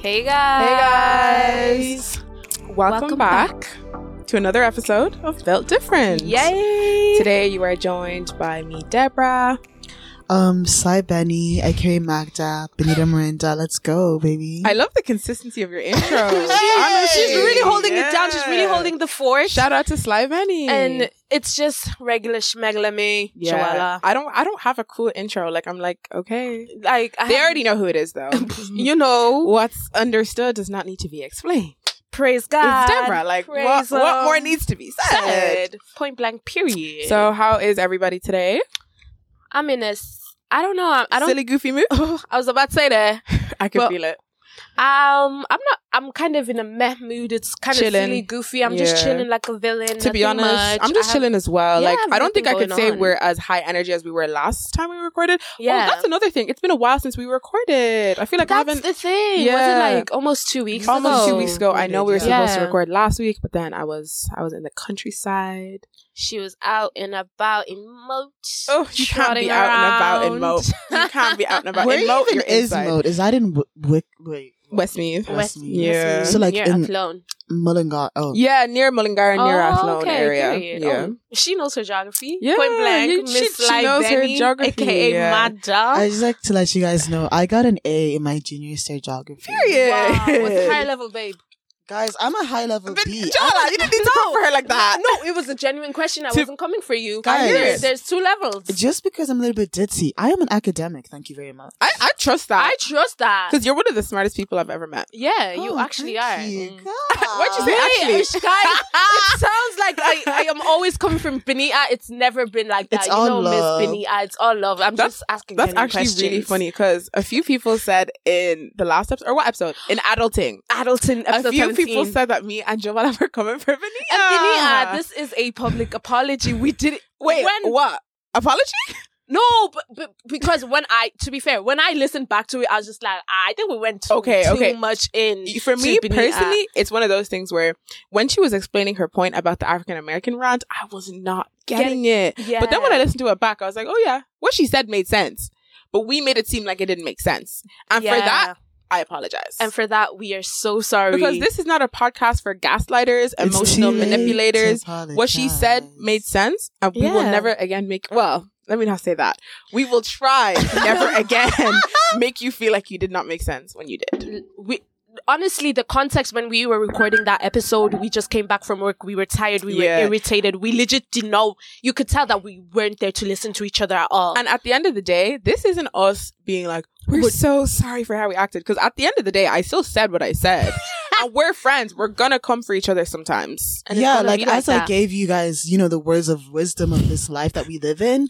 Hey guys. Hey guys. Welcome, Welcome back, to another episode of Felt Different. Yay. Today you are joined by me, Deborah. Um, Cy Benny, aka Magda, Benita Miranda. Let's go, baby. I love the consistency of your intro. Honestly. She's really holding it down. She's really Yeah. holding the fort. Shout out to Sly Benny. and it's just regular schmegla me. yeah, I don't. I don't have a cool intro. Like I'm like okay. Shawala. Like I They have- already know who it is though. you know, What's understood does not need to be explained. praise God. it's Deborah. Like what, praise what him. more needs to be said? Said. Point blank period. So how is everybody today? I'm in a s- I don't know. I, I don't Silly goofy mood. I was about to say that. I can Well, feel it. Um, I'm not. I'm kind of in a meh mood. It's kind Chilling. of silly, goofy. I'm just Yeah. chilling like a villain. to be nothing honest, much. I'm just I have- chilling as well. Yeah, like I have I don't think I nothing could say going on. we're as high energy as we were last time we recorded. Yeah, Oh, that's another thing. It's been a while since we recorded. I feel like I That's haven't the thing. Yeah. Was it like almost two weeks almost ago? two weeks ago. I know we were supposed Yeah. to record last week, but then I was I was in the countryside. She was out and about in Moat. Oh, you can't be trotting out and about in around. Moat. You can't be out and about Where in Moat. even You're is inside. Mode? Is that in Wi- Wick? Wait, Westmeath. Westmeath. Yeah. So, like, you're in- alone. Mullingar. Oh, Yeah, near Mullingar, near oh, Athlone okay, area. period. Yeah. Oh, she knows her geography. Yeah, Point blank. you- she- Miss she Lai knows her Benny, geography, aka yeah. my dog. I just like to let you guys know I got an A in my junior year geography. Period. Wow, with high level babe. Guys, I'm a high level But B. Jala, you didn't need to talk for her like that. No, it was a genuine question. I To- wasn't coming for you. Guys. There's- there's two levels. Just because I'm a little bit ditzy, I am an academic. Thank you very much. I, I trust I that trust that. because you're one of the smartest people I've ever met. Yeah, you Oh, actually are. thank you. Mm. God. What'd you say? Wait, Actually. Ish, guys, it sounds like I, I am always coming from Benita. It's never been like that. It's you all know, love. Miss Benita, it's all love. I'm That's- just asking. That's genuine actually questions. really funny because a few people said in the last episode, or what episode? In adulting. Adulting episode a few 17. people said that me and Joanna were coming for Benita. and Benita, this is a public apology. We did it. Wait, when- what? Apology? No, but, but because when I, to be fair, when I listened back to it, I was just like, I think we went too, Okay, too okay. much in. For Mm, to uh, me Benita. personally, it's one of those things where when she was explaining her point about the African American rant, I was not getting it. yeah. But then when I listened to it back, I was like, oh yeah, what she said made sense. But we made it seem like it didn't make sense. And for Yeah. that, I apologize. and for that, we are so sorry. because this is not a podcast for gaslighters, It's emotional too late to manipulators. What she said apologize. made sense, and we will Yeah. never again make. Well, let me not say that. We will try never again make you feel like you did not make sense when you did. we honestly the context when we were recording that episode we just came back from work we were tired we Yeah. were irritated we legit didn't know you could tell that we weren't there to listen to each other at all And at the end of the day, this isn't us being like we're But- so sorry for how we acted. Because at the end of the day, I still said what I said, and we're friends. We're gonna come for each other sometimes. And it's yeah, gonna like, be as I that. gave you guys, you know, the words of wisdom of this life that we live in,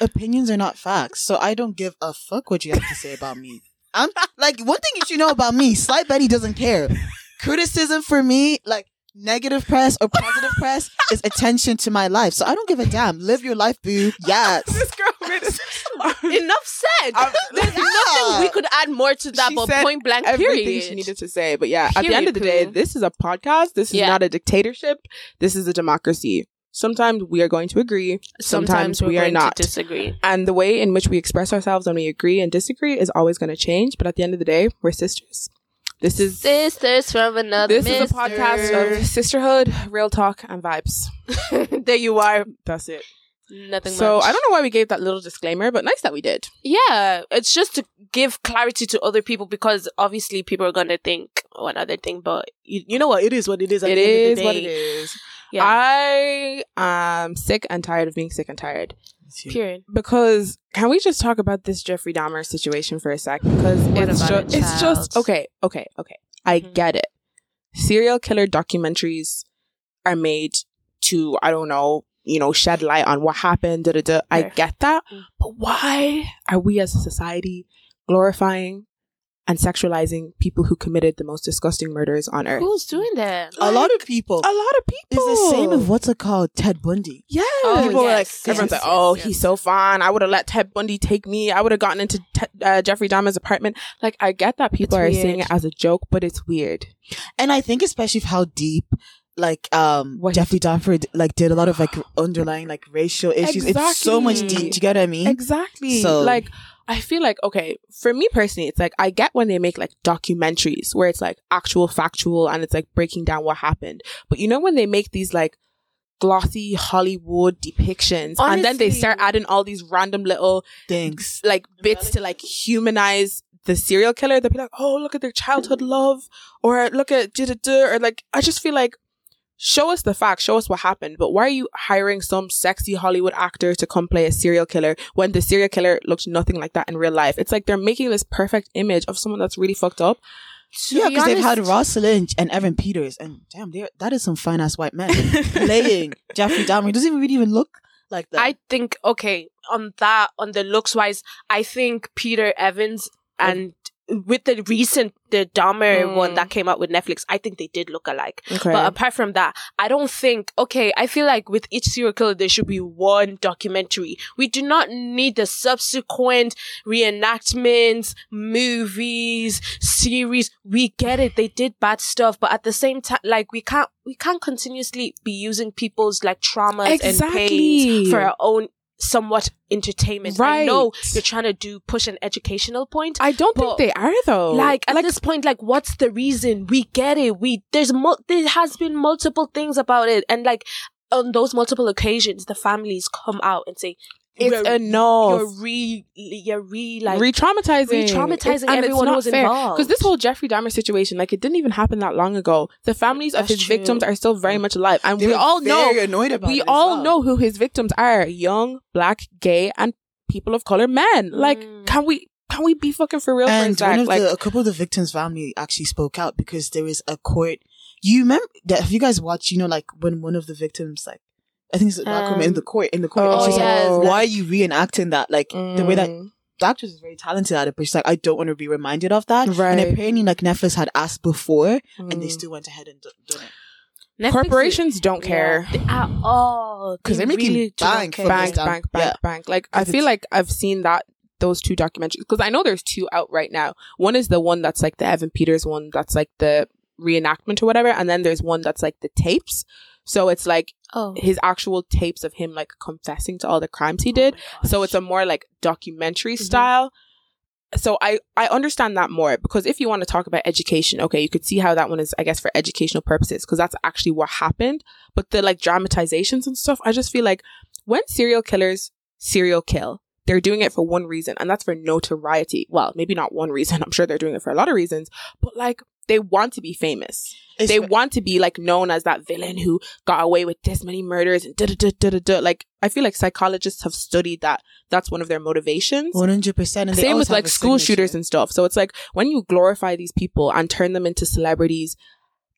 opinions are not facts. So I don't give a fuck what you have to say about me. I'm like one thing you should know about me, Slight Betty doesn't care. Criticism for me, like negative press or positive press, is attention to my life. So I don't give a damn. Live your life, boo. Yes. This girl made us- enough said I'm- there's nothing we could add more to that She but said point blank everything period she needed to say. But yeah, at the end of the day, Period, Pooh. this is a podcast. This is Yeah. not a dictatorship. This is a democracy. Sometimes we are going to agree, sometimes, we're we are going to not. disagree and the way in which we express ourselves when we agree and disagree is always going to change. But at the end of the day, we're sisters. This is sisters from another this is a podcast of sisterhood, real talk, and vibes. of there you are That's it. nothing So much. I don't know why we gave that little disclaimer, but nice that we did. Yeah, it's just to give clarity to other people because obviously people are gonna think one other thing, but you, you know what? It is what it is. At It the end of is the what day. it is. Yeah. I am sick and tired of being sick and tired. Period. because can we just talk about this Jeffrey Dahmer situation for a sec? Because What it's, about ju- it, it's just child? okay, okay, okay. I Mhm. get it. Serial killer documentaries are made to I don't know, you know, shed light on what happened. Da da da. I Sure. get that, Mm. but why are we as a society glorifying and sexualizing people who committed the most disgusting murders on earth? Who's doing that? a lot of people. A lot of people. It's the same of what's it called? Ted Bundy. Yeah. Oh, people were like, yes, Everyone's yes, like, "Oh, yes, he's yes. so fine. I would have let Ted Bundy take me. I would have gotten into Ted uh, Jeffrey Dahmer's apartment." Like, I get that people It's are seeing weird. it as a joke, but it's weird. And I think especially of how deep like um What he Jeffrey Dahmer d- like did a lot of like underlying like racial issues. It's so much deep. Do Exactly. you get what I Mm-hmm. mean? Exactly. So- like I feel like okay, for me personally, it's like I get when they make like documentaries where it's like actual factual and it's like breaking down what happened. But you know when they make these like glossy Hollywood depictions and then they Honestly. start adding all these random little Thanks. like bits to like humanize the serial killer, they'll be like, Oh, look at their childhood love or look at da da da or like I just feel like show us the facts, show us what happened. But why are you hiring some sexy Hollywood actor to come play a serial killer when the serial killer looked nothing like that in real life? It's like they're making this perfect image of someone that's really fucked up. To Yeah, be because they've had honest- Ross Lynch and Evan Peters, and damn, they that is some fine ass white men playing Jeffrey Dahmer. He doesn't even really even look like that. I think okay on that on the looks wise, I think Peter Evans and with the recent the Dahmer Mm. one that came out with Netflix, I think they did look alike. Okay. But apart from that, I don't think okay. I feel like with each serial killer, there should be one documentary. We do not need the subsequent reenactments, movies, series. We get it; they did bad stuff, but at the same time, like we can't we can't continuously be using people's like traumas and pains Exactly. for our own somewhat entertainment. I Right. know you're trying to do push an educational point, I don't but- think they are though. like at this point like what's the reason we get it we there's mul- there has been multiple things about it and like on those multiple occasions the families come out and say it's you're, enough. you're re you're re like re-traumatizing, re-traumatizing It's- and it's everyone who not was fair. involved. Because this whole Jeffrey Dahmer situation, like it didn't even happen that long ago. The families of That's his true. victims are still very much alive, and They we were all very know annoyed about we it as all well. know who his victims are: young, black, gay, and people of color men. Like, Mm. can we can we be fucking for real and for a one sec? of Like, the, a couple of the victims' family actually spoke out because there was a court. You remember that? Have you guys watched? You know, like when one of the victims, like I think it's a black woman in the court, in the court, and Oh, she's yes, like, like- "Why are you reenacting that? Like the way that Mm. the actress is very talented at it, but she's like, I don't want to be reminded of that. And Right. apparently, like Netflix had asked before, and they Mm. still went ahead and d- done it. Netflix- corporations don't Yeah, care. they- at all 'Cause they're making really do not bank care. from Bang, this down. bang, bang, Yeah. bang. Like I 'Cause feel it's- like I've seen that those two documentaries because I know there's two out right now. One is the one that's like the Evan Peters one that's like the reenactment or whatever, and then there's one that's like the tapes. So it's like oh his actual tapes of him like confessing to all the crimes he did. So it's a more like documentary Mhm. style. So I I understand that more because if you want to talk about education, okay, you could see how that one is I guess for educational purposes because that's actually what happened. But the like dramatizations and stuff, I just feel like when serial killers serial kill, they're doing it for one reason and that's for notoriety. Well, maybe not one reason. I'm sure they're doing it for a lot of reasons, but like they want to be famous It's- they want to be like known as that villain who got away with this many murders and da da da da da da. Like I feel like psychologists have studied that. That's one of their motivations. 100%. And they Same always with have like a school signature. shooters and stuff. So it's like when you glorify these people and turn them into celebrities,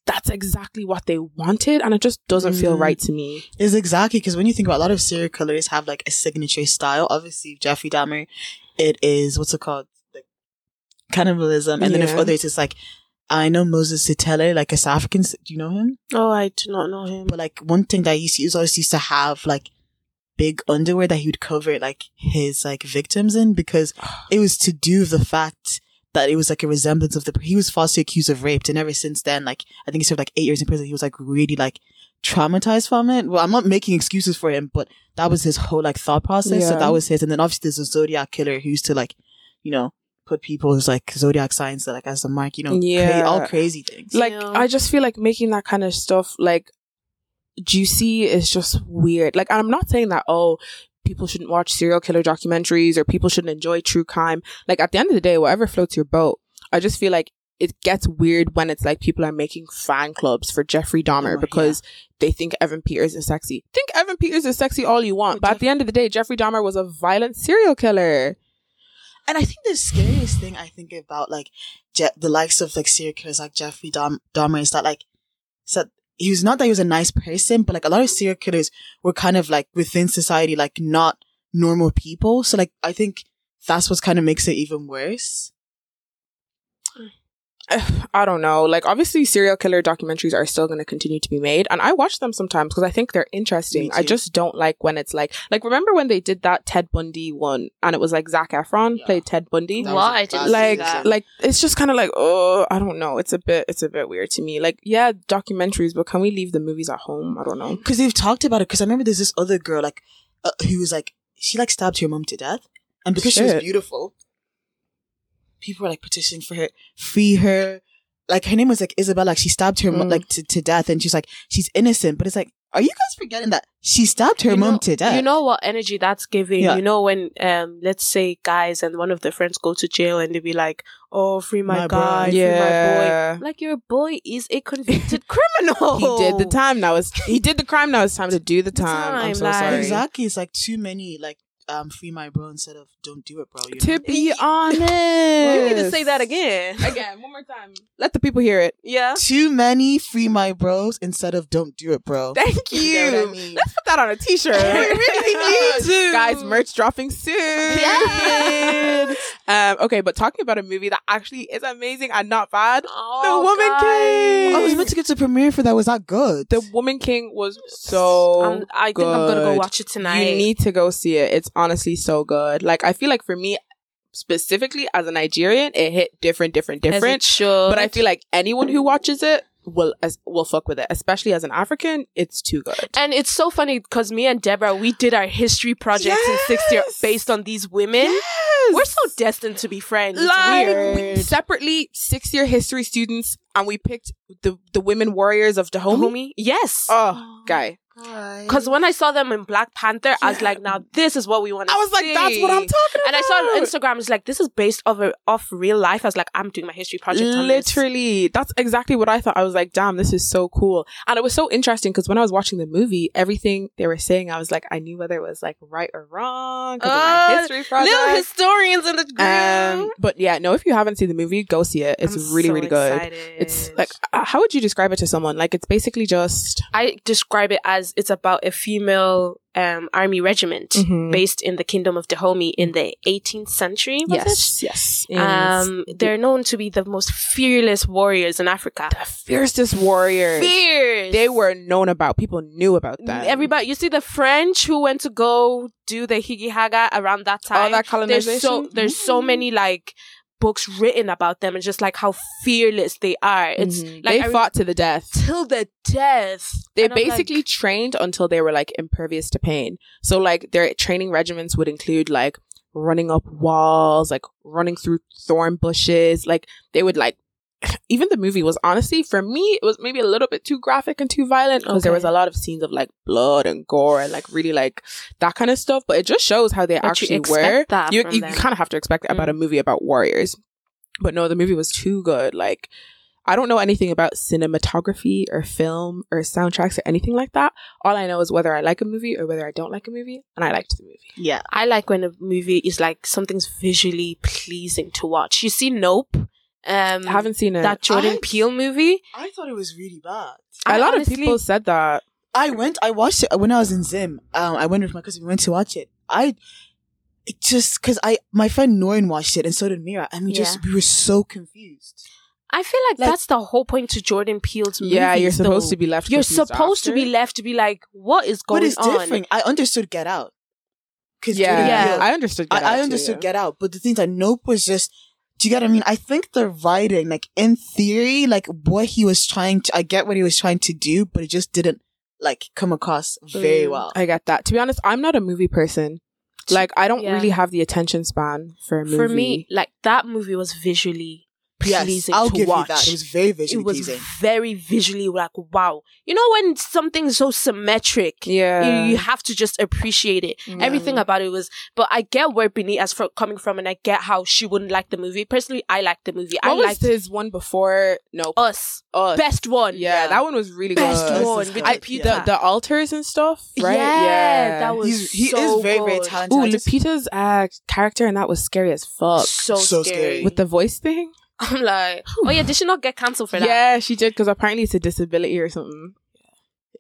that's exactly what they wanted, and it just doesn't feel Mm. Mhm. right to me. Is exactly because when you think about it, a lot of serial killers have like a signature style. Obviously, Jeffrey Dahmer, it is what's it called? Like cannibalism. And then if Yeah. others, it's like, I know Moses Sitele, like a South African. Do you know him? oh i do not know him But like one thing that he used to use always used to have like big underwear that he would cover like his like victims in because it was to do with the fact that it was like a resemblance of the he was falsely accused of rape and ever since then like I think he served like eight years in prison he was like really like traumatized from it well I'm not making excuses for him but that was his whole like thought process so Yeah. that was his and then obviously there's a Zodiac killer who used to like you know put people's like Zodiac signs like as a mark you know yeah Yeah. all crazy things Like Yeah. I just feel like making that kind of stuff like juicy is just weird. Like I'm not saying that oh people shouldn't watch serial killer documentaries or people shouldn't enjoy true crime. Like at the end of the day, whatever floats your boat. I just feel like it gets weird when it's like people are making fan clubs for Jeffrey Dahmer Oh, because they think Evan Peters is sexy. Think Evan Peters is sexy all you want, but at the end of the day, Jeffrey Dahmer was a violent serial killer. And I think the scariest thing I think about like Je- the likes of like serial killers like Jeffrey Dam- Dahmer is that like so he was not that he was a nice person, but like a lot of serial killers were kind of like within society like not normal people. So like I think that's what kind of makes it even worse. I don't know. Like, obviously, serial killer documentaries are still going to continue to be made, and I watch them sometimes because I think they're interesting. Me I too. just don't like when it's like, like remember when they did that Ted Bundy one, and it was like Zach Efron Yeah. played Ted Bundy. That was Why a didn't bad you Like, do that? like it's just kind of like, oh, I don't know. It's a bit, it's a bit weird to me. Like, yeah, documentaries, but can we leave the movies at home? I don't know. because they've talked about it. Because I remember there's this other girl like uh, who was like she like stabbed her mom to death, and because she Shit. was beautiful, people were like petitioning for her, free her. Like her name was like Isabella. Like she stabbed her mom Mm. like to, to death, and she's like she's innocent. But it's like, are you guys forgetting that she stabbed her You mom know- to death? You know what energy that's giving? Yeah. You know when um let's say guys and one of their friends go to jail and they be like, Oh, free my, My guy, boy. free my Yeah. boy. Like your boy is a convicted criminal. He did the time. Now it's he did the crime. Now it's time to do the The time. I'm time, so like- sorry. exactly. It's like too many like um free my bro instead of don't do it, bro. You know? To be honest, You need to say that again. again one more time. Let the people hear it. Yeah. Too many free my bros instead of don't do it, bro. Thank you. You know what I mean? Let's put that on a t-shirt. really need to. Guys, merch dropping soon. Yes. um, okay, but talking about a movie that actually is amazing and not bad. Oh, Woman guys. King. I was meant to get to premiere for that. Was that good? The Woman King was so I'm- I think I'm gonna go good. watch it tonight. You need to go see it. It's honestly so good. Like I feel like for me specifically as a Nigerian, it hit different, different, As it different. should. But I feel like anyone who watches it will as will fuck with it, especially as an African. It's too good. And it's so funny because me and Deborah, we did our history projects in sixth year Yes. based on these women. We're so destined to be friends. It's like weird. we- separately six year history students, and we picked the the women warriors of Dahomey. Homie? Yes. Oh, guy, Because when I saw them in Black Panther, I was like, now this is what we want to I was like, that's what I'm talking about. And I saw on Instagram, it's like, this is based off, a, off real life. I was like, I'm doing my history project on this. Literally, that's exactly what I thought. I was like, damn, this is so cool. And it was so interesting because when I was watching the movie, everything they were saying, I was like, I knew whether it was like right or wrong. 'cause of my Oh, Uh, history project. Little historians in the group. Um, but yeah, no, if you haven't seen the movie, go see it. It's I'm really, so really good. excited. It's like, uh, how would you describe it to someone? Like, it's basically just I describe it as it's about a female um, army regiment Mhm. based in the kingdom of Dahomey in the 18th century. was yes, yes. it? Um, they're known to be the most fearless warriors in Africa. fiercest warriors. Fierce. They were known about. People knew about them. Everybody, you see the French who went to go do the higi haga around that time. all Oh, that colonization. Mm-hmm. There's so there's so many like books written about them and just like how fearless they are. It's Mhm. like they I re- fought to the death. till the death. They And I'm like, basically trained until they were like impervious to pain. So like their training regiments would include like running up walls, like running through thorn bushes. Like they would like even the movie was honestly for me it was maybe a little bit too graphic and too violent because there Okay. was a lot of scenes of like blood and gore and like really like that kind of stuff. But it just shows how they But you actually expect were. that you from you them. Mm. kind of have to expect that about a movie about warriors. But no, the movie was too good. Like, I don't know anything about cinematography or film or soundtracks or anything like that. All I know is whether I like a movie or whether I don't like a movie, and I liked the movie. yeah. I like when a movie is like something's visually pleasing to watch. You see Nope, um, I haven't seen it. that Jordan I- Peele movie. I thought it was really bad. I a lot honestly- of people said that. I went. I watched it when I was in Zim. Um, I went with my cousin. We went to watch it. I it just because I my friend Norin watched it and so did Mira, and we just we were so confused. I feel like, Like- that's the whole point to Jordan Peele's movies. Yeah, you're supposed though. to be left. You're confused supposed to after. be left to be like, what is going But it's on? different. I understood Get Out. Cause Yeah, Jordan Yeah. Peele- I understood. Get Out I, I too, understood yeah. Get Out, but the thing that Nope was just. Do you get what I mean? I think the writing, like in theory, like what he was trying to, I get what he was trying to do, but it just didn't like come across very Mm. well. I get that. To be honest, I'm not a movie person. Like, I don't Yeah. really have the attention span for a movie. For me, like that movie was visually yes, pleasing I'll to give watch. you that. It was very It visually was pleasing. very visually like wow. You know when something's so symmetric, yeah, you, you have to just appreciate it. Everything about it was, but I get where Benita's fro- coming from, and I get how she wouldn't like the movie. Personally, I like the movie. I What was liked his one before? No, us Us. best one. Yeah, Yeah. that one was really best good. one This is with good. I, I, Yeah. Peter. the, the altars and stuff, right? Yeah, that was He's, he so is very, very good. talented. Ooh, I just- Lupita's uh, character and that was scary as fuck so, So scary. scary. with the voice thing. I'm like, oh yeah, did she not get cancelled for that? Yeah, she did because apparently it's a disability or something.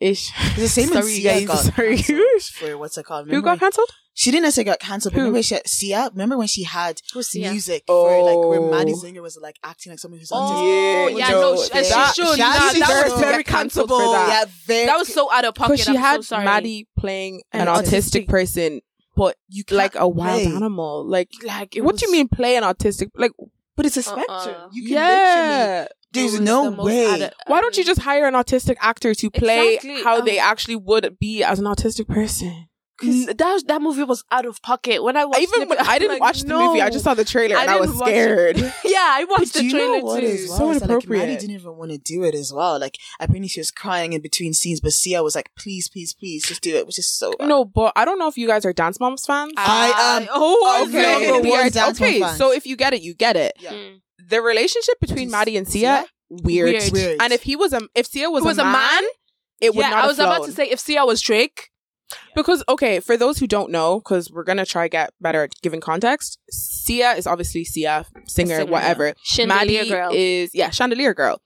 Ish. It's the same Sorry, in Sia guys. got Sorry. cancelled for what's it called? Who got Memory- cancelled? She didn't necessarily get canceled, but Who? remember, she, Sia, remember when she had Who's music for like where Maddie Oh. Zinger was like acting like someone who's autistic. Oh, yeah, no, she- she should, nah, that was very for cancelable. that. yeah, very. That was so out of pocket. Because she I'm had so sorry. Maddie playing an, An autistic, autistic- person, but you can't like a wild play. animal. Like, Like, it what was- do you mean play an autistic? Like, but it's a Uh-uh. spectrum. You can literally. yeah. It There's was no the most way. out of- Why don't you just hire an autistic actor to play Um, Exactly. how Um, they actually would be as an autistic person? N- that that movie was out of pocket when I watched. Even it, when I'm I didn't like, watch the movie, I no. just saw the trailer I and I was didn't watch it. scared. yeah, I watched do the you know trailer what too. as well? So is that, like, Maddie inappropriate. didn't even want to do it as well. Like apparently she was crying in between scenes, but Sia was like, "Please, please, please, just do it," which is so. no, but I don't know if you guys are Dance Moms fans. I um, am oh okay. no. Number one Weird. Dance Moms okay, fans. so if you get it, you get it. Yeah. Mm. The relationship between Just- Maddie and Sia, weird. Weird. Weird. And if he was a, if Sia was, It was a, a man, man? it would yeah, not. I was have about flown. to say if Sia was Drake, Because okay, for those who don't know, because we're gonna try get better at giving context. Sia is obviously Sia, singer, Singer, whatever. Chandelier Maddie girl. is yeah, Chandelier Girl.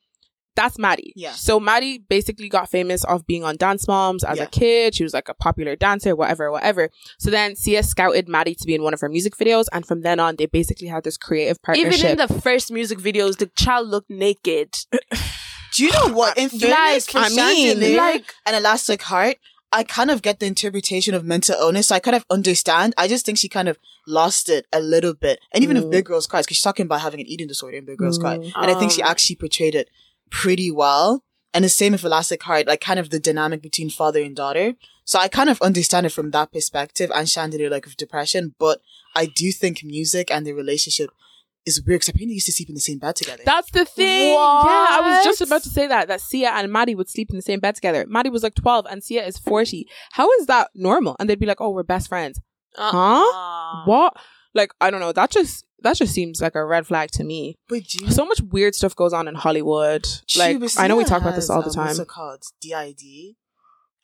That's Maddie. Yeah. So Maddie basically got famous off being on Dance Moms as Yeah. a kid. She was like a popular dancer, whatever, whatever. So then Sia scouted Maddie to be in one of her music videos, and from then on, they basically had this creative partnership. Even in the first music videos, the child looked naked. do you know what? In fairness, for I mean, Chandelier like- and Elastic Heart, I kind of get the interpretation of mental illness. So I kind of understand. I just think she kind of lost it a little bit. And even if Mm. Big Girls Cry, because she's talking about having an eating disorder in Big Girls Cry, Mm. and I think she Um, actually portrayed it pretty well. And the same with Elastic Heart, like kind of the dynamic between father and daughter. So I kind of understand it from that perspective and Chandelier, like with depression. But I do think music and the relationship is weird because apparently they used to sleep in the same bed together. That's the thing. Yeah, I was just What? about to say that that Sia and Maddie would sleep in the same bed together. Maddie was like twelve and Sia is forty. How is that normal? And they'd be like, "Oh, we're best friends." Uh-uh. What? Like I don't know. That just that just seems like a red flag to me. but do you So much weird stuff goes on in Hollywood. Like She was- I know we Sia talk about this has, all the um, time. What's it called? DID.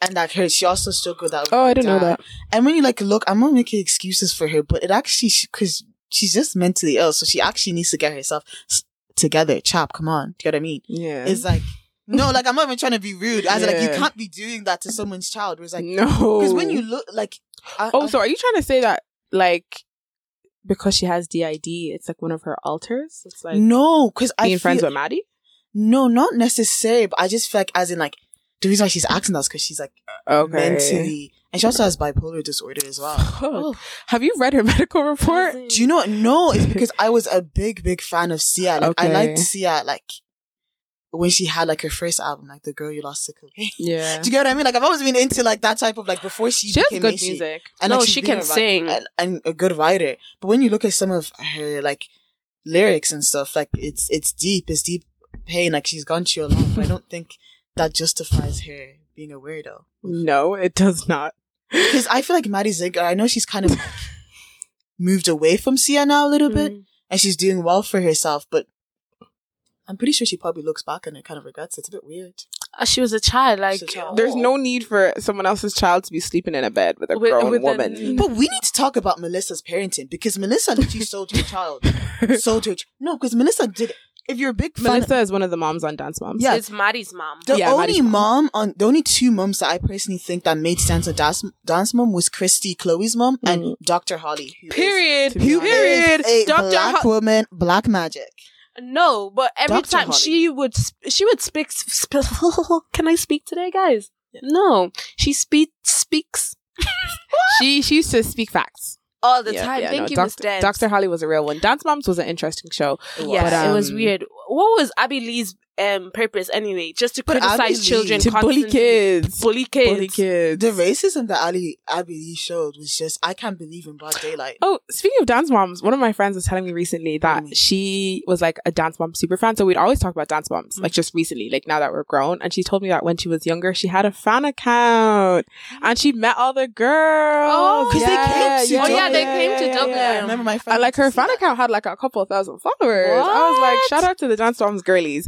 And like her, she also struggled that. with Oh, her I didn't know dad. that. And when you like look, I'm not making excuses for her, but it actually because she's just mentally ill, so she actually needs to get herself s- together. Chop, come on, do you know what I mean? Yeah. It's like no, like I'm not even trying to be rude. I was like, you Yeah. can't be doing that to someone's child. It was like no. because when you look like, I, oh, I- so are you trying to say that like because she has DID, it's like one of her alters? It's like no, because I being feel, friends with Maddie. no, not necessarily. But I just feel like as in like the reason why she's acting that's because she's like mentally, and she also has bipolar disorder as well. Fuck. Oh. Have you read her medical report? Do you know what? No, it's because I was a big, big fan of Sia. Like I Okay. liked Sia like when she had like her first album, like The Girl You Lost to Cocaine. Yeah. Do you get what I mean? Like I've always been into like that type of like before she, She has became good Macy. music. And No, like, she's she been can a wri- sing. and, and a good writer. But when you look at some of her like lyrics and stuff, like it's it's deep, it's deep pain. Like she's gone through a lot. But I don't think that justifies her being a weirdo. No, it does not. Because I feel like Maddie Ziegler, I know she's kind of like, moved away from Sia now a little bit Mm. and she's doing well for herself, but I'm pretty sure she probably looks back and it kind of regrets it. It's a bit weird. Uh, She was a child. Like uh, She's a child. There's no need for someone else's child to be sleeping in a bed with a Oh. With- grown with a- woman. But we need to talk about Melissa's parenting because Melissa literally sold her child. Sold her. Ch- no, because Melissa did. If you're a big fan, Melissa is one of the moms on Dance Moms. Yeah. It's Maddie's mom. the yeah, only Maddie's mom. mom on the only two moms that I personally think that made sense of dance, dance mom was Christy, Chloe's mom, and Dr. Holly. who is- Mm-hmm. Period. To be who is Period. a Dr. black Ho- woman, black magic. no, but every Dr. time Holly. she would sp- she would speak. Sp- sp- can I speak today, guys? No, she speak speaks She she used to speak facts. all the Yeah, time. yeah, Thank no, you, Miss Dr. Dance. Dr. Holly was a real one. Dance Moms was an interesting show. Yes, But, um, it was weird. What was Abby Lee's um, purpose anyway? Just to But Abby criticize Lee- children, To bully constantly. kids. bully kids. Bully kids. The racism that Ali Abby Lee showed was just I can't believe in broad daylight. Oh, speaking of dance moms, one of my friends was telling me recently that Mm. she was like a dance mom super fan. So we'd always talk about dance moms, like just recently, like now that we're grown. And she told me that when she was younger, she had a fan account and she met all the girls. Oh, 'cause they came to Oh, yeah, they came to Dublin. I remember my friend. And like her used to fan say that. account had like a couple thousand followers. I was like, What? shout out to the dance moms girlies.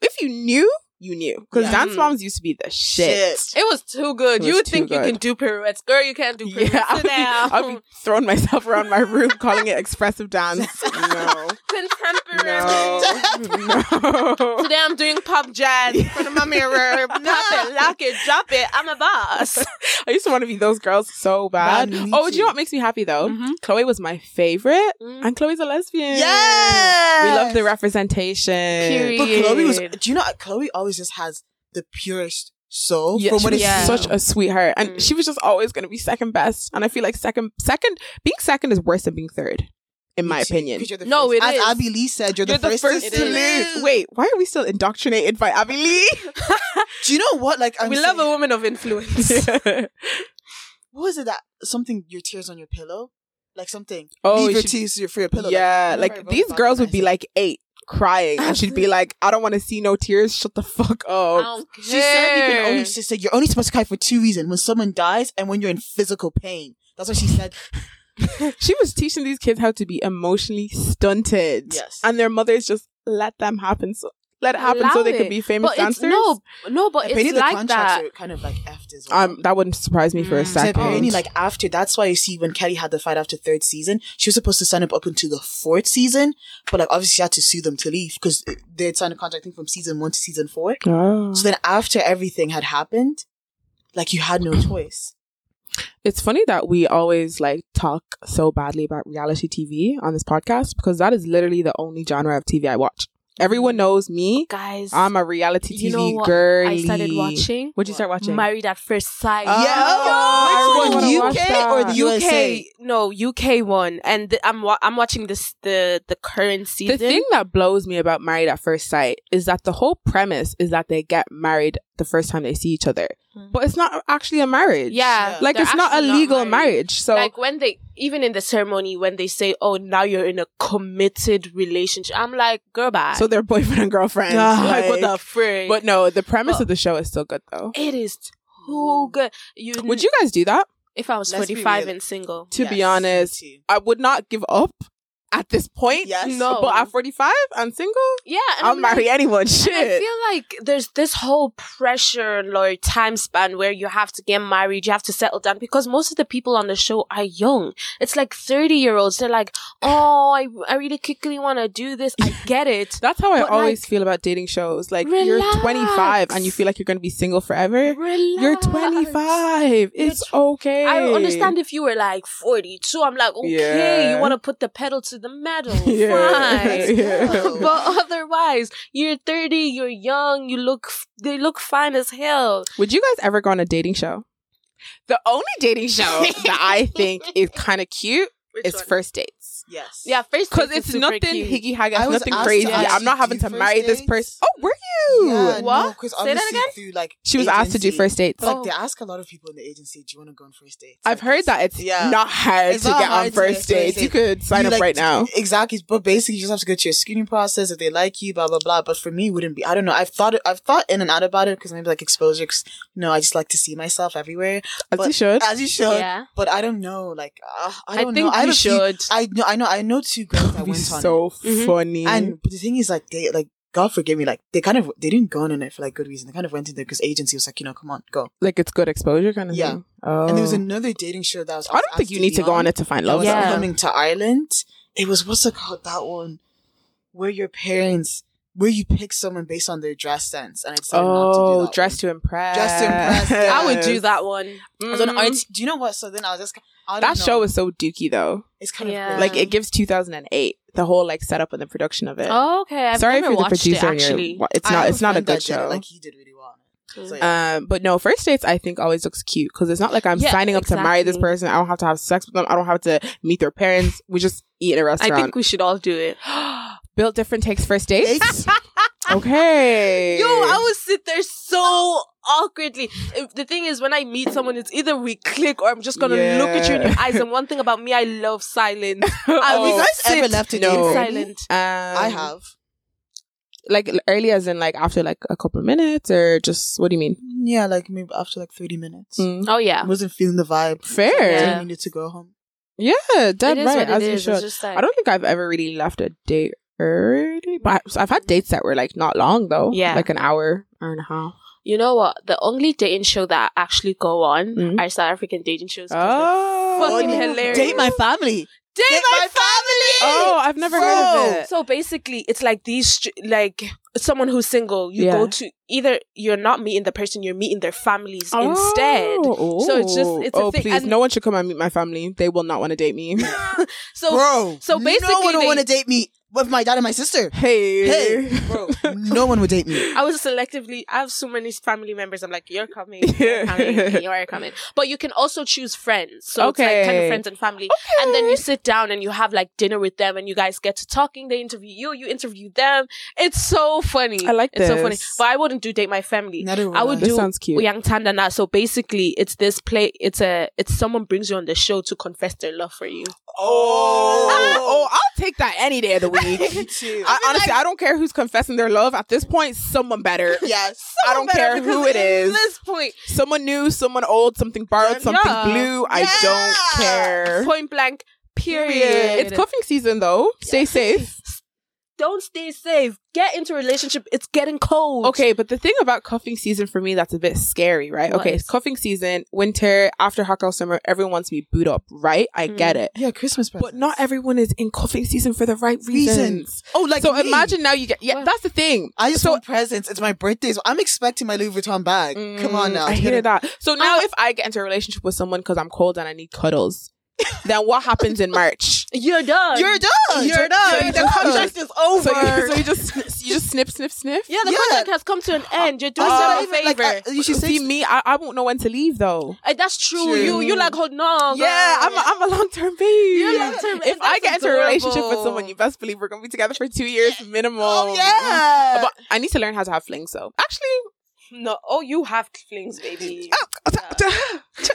If you knew you knew because Yeah. dance Mhm. moms used to be the shit. It was too good. It you was would think too you good. can do pirouettes. Girl, you can't do pirouettes. Yeah, Yeah, I'll be, I'll be throwing myself around my room calling it expressive dance. No, Contemporary. no, no. Today I'm doing pop jazz in front of my mirror. Pop it, lock it, drop it. I'm a boss. I used to want to be those girls so bad. Bad, Mm-hmm. me oh, do you too. know what makes me happy though? Mhm. Chloe was my favorite, Mm. and Chloe's a Mm. lesbian. Yeah. we love the representation. Period. But Chloe was. Period. Do you know? Chloe always just has the purest soul. Yeah, from she Oh, what was it's Yeah. such a sweetheart, and Mm. she was just always going to be second best. And I feel like second, second, being second is worse than being third, in my opinion. Because you're the No, it first. As is. Abby Lee said, you're, You're the, first, It to is. lose. Wait, why are we still indoctrinated by Abby Lee? do you know what? Like, I'm we love saying- a woman of influence. What was it that something? Your tears on your pillow, like something. Oh, leave your she- tears your- for your pillow. yeah, Like, like, remember I these wrote girls about would be that. like eight crying, and she'd be like, "I don't want to see no tears. Shut the fuck I up." don't She said you care. can only she said you're only supposed to cry for two reasons: when someone dies and when you're in physical pain. That's what she said. She was teaching these kids how to be emotionally stunted. Yes. and their mothers just let them happen. So let it happen, so Allow they could it. be famous But it's dancers. no, no, but Apparently it's like contracts that. are kind of like after. as well. Um, that wouldn't surprise me for a Mm. So So second. apparently, like after that's why you see when Kelly had the fight after third season, she was supposed to sign up up until the fourth season, but like obviously she had to sue them to leave because they had signed a contract I think from season one to season four. Oh. So then after everything had happened, like you had no choice. it's funny that we always like talk so badly about reality TV on this podcast because that is literally the only genre of TV I watch. Mm. Everyone knows me. Guys, I'm a reality TV You know what girly. I started watching What'd you start watching? Married at First Sight. Oh, Yeah. I Which one? really wanna UK watch or that. the UK, USA. no UK one, and th- I'm wa- I'm watching this the the current season. The thing that blows me about Married at First Sight is that the whole premise is that they get married the first time they see each other, Mhm. but it's not actually a marriage. yeah, like they're it's not a actually legal married. marriage. So like when they even in the ceremony when they say, "Oh, now you're in a committed relationship," I'm like, "Girl, bye." so they're boyfriend and girlfriend. uh, like, what the frick? but no, the premise But- of the show is still good though. it is too good. You Would you guys do that? if I was Let's be 45 real. and single? To be Yes, honest, me too. I would not give up at this point. Yes. No. But at 45 and single, Yeah, and I'll I'm like, marry anyone. And I Shit. feel like there's this whole pressure like time span where you have to get married, you have to settle down because most of the people on the show are young. It's like 30 year olds. They're like, oh, I, I really quickly want to do this. I get it. That's how I But, always like, feel about dating shows. Like, you're 25 and you feel like you're going to be single forever. Relax. You're 25. It's okay. I understand if you were like 42. I'm like, okay, Yeah. you want to put the pedal to the metal. Yeah. Fine. yeah. but otherwise, you're 30, you're young, you look, f- they look fine as hell. Would you guys ever go on a dating show? The only dating show that I think is kind of cute is First Dates. Yes. Yeah, first Because dates it's is super nothing cute. higgy haggy, I it's was nothing asked crazy. to I'm actually not do having to first marry this dates. person. Oh, were you? Yeah, What? Because Say that obviously again? through like She was asked to do agency. first dates. But like Oh. they ask a lot of people in the agency, do you want to go on first dates? I've Like, heard that it's Yeah. not hard It's to not get on hard to get first dates. first You could sign you, up like, right now. Exactly, but basically you just have to go to your screening process if they like you, blah blah blah. But for me, it wouldn't be. I don't know. I've thought I've thought in and out about it because maybe like exposure. 'cause, you know, I just like to see myself everywhere, As but- you should. as you should. Yeah. But I don't know. Like uh, I don't think know. I you don't see- should. I know. I know. I know two girls that That'd be went on. so Mhm. funny. it. And but the thing is, like they like. God forgive me, like they kind of they didn't go on it for like good reason. They kind of went in there because agency was like, you know, come on, go. like it's good exposure kind of Yeah. thing. Oh. And there was another dating show that was. I don't think you need to go on it to find That love. was though. Yeah. coming to Ireland. It was what's it called? That one where your parents, where you pick someone based on their dress sense, and I decided not to do Oh, that dress one. to impress. Dress to impress, yeah. I would do that one. Mm. I was on RT Do you know what? So then I was just. I don't That show know. is so dookie though. It's kind Yeah. of Like Um, it gives 2008 the whole like setup and the production of it. Oh, okay, I've Sorry if never you're the watched producer. it and you're- actually. wa- it's I not. have It's not a friend that good did it, show. Like he did really well. On it. So, yeah. Um, but no, first dates I think always looks cute because it's not like I'm Yeah, signing up to marry this exactly. person. I don't have to have sex with them. I don't have to meet their parents. We just eat in a I restaurant. think we should all do it. Built different takes first dates. Dates? okay. Yo, I would sit there so awkwardly. If- the thing is, when I meet someone, it's either we click or I'm just gonna look at you in your Yeah. eyes. And one thing about me, I love silence. I Oh, would Have you guys sit ever left a no. date in early? silent. um, I have. like early as in like after like a couple of minutes or just what do you mean? Yeah, like maybe after like thirty minutes, Mm. Oh I yeah, wasn't feeling the vibe. Fair. Yeah. I needed to go home. Yeah, dead It is right. what As it you is. should. It's just like I don't think I've ever really left a date early, but I- so I've had dates that were like not long though. Yeah. like an hour, hour and a half. You know what? The only dating show that I actually go on Mhm. are South African dating shows. 'cause Oh, fucking Oh, hilarious. Date my family. they- Date my family! Oh, I've never Bro. heard of it. So basically, it's like these, str- like someone who's single, you go Yeah. to either you're not meeting the person, you're meeting their families instead. Oh. So it's just- it's a oh thing, please, and- no one should come and meet my family. They will not want to date me. So bro. so no basically one would they- want to date me with my dad and my sister. hey, Hey, bro, no one would date me. I was selectively. I have so many family members. I'm like, you're coming, you're coming, you're coming. But you can also choose friends. So it's like kind of Okay. friends and family. And then you sit down and you have like dinner with them, and you guys get to talking. They interview you, you interview them. It's so funny. I like it's so funny. this. But I wouldn't do date my family. Neither would I would I. This do sounds cute. Uyang Tandana. So basically, it's this play. It's a. It's someone brings you on the show to confess their love for you. Oh, I'll take that any day of the week. Me too. I, honestly, I don't care who's confessing their love at this point. Someone better. yes. I don't care who it At is. this point, Someone new, someone old, something borrowed, something Yeah. blue. I Yeah. don't care. point blank. Period. It's cuffing season though. Stay safe. don't stay safe. Get into a relationship. It's getting cold. Okay, but the thing about cuffing season for me that's a bit scary, right? What Okay, is- cuffing season, winter, after Hakao summer, everyone wants to be boot up, right? I get it. Yeah, Christmas Mm. presents. But not everyone is in cuffing season for the right reasons. Reasons. Oh, like so me. imagine now you get yeah, What? that's the thing. I just so want presents. It's my birthday, so I'm expecting my Louis Vuitton bag. Come on Mm, now. I It's hear gonna- that. So now, if I get into a relationship with someone because I'm cold and I need cuddles, then what happens in March? You're done. You're done. You're So done. the contract is over. So you, so you just sn- you just snip, snip, sniff. yeah, the Yeah. contract has come to an end. You're doing That's not yourself a even- favor. like, uh, you should See say me, I, I won't know when to leave though. Uh, that's true. True. You you like holding on. Yeah, I'm girl. a, I'm a long term babe. You're long-term, If and I that's get into a relationship with adorable. someone, you best believe we're gonna be together for two years minimum. Oh yeah. But I need to learn how to have flings though. Actually, no. Oh, you have flings, baby. Oh,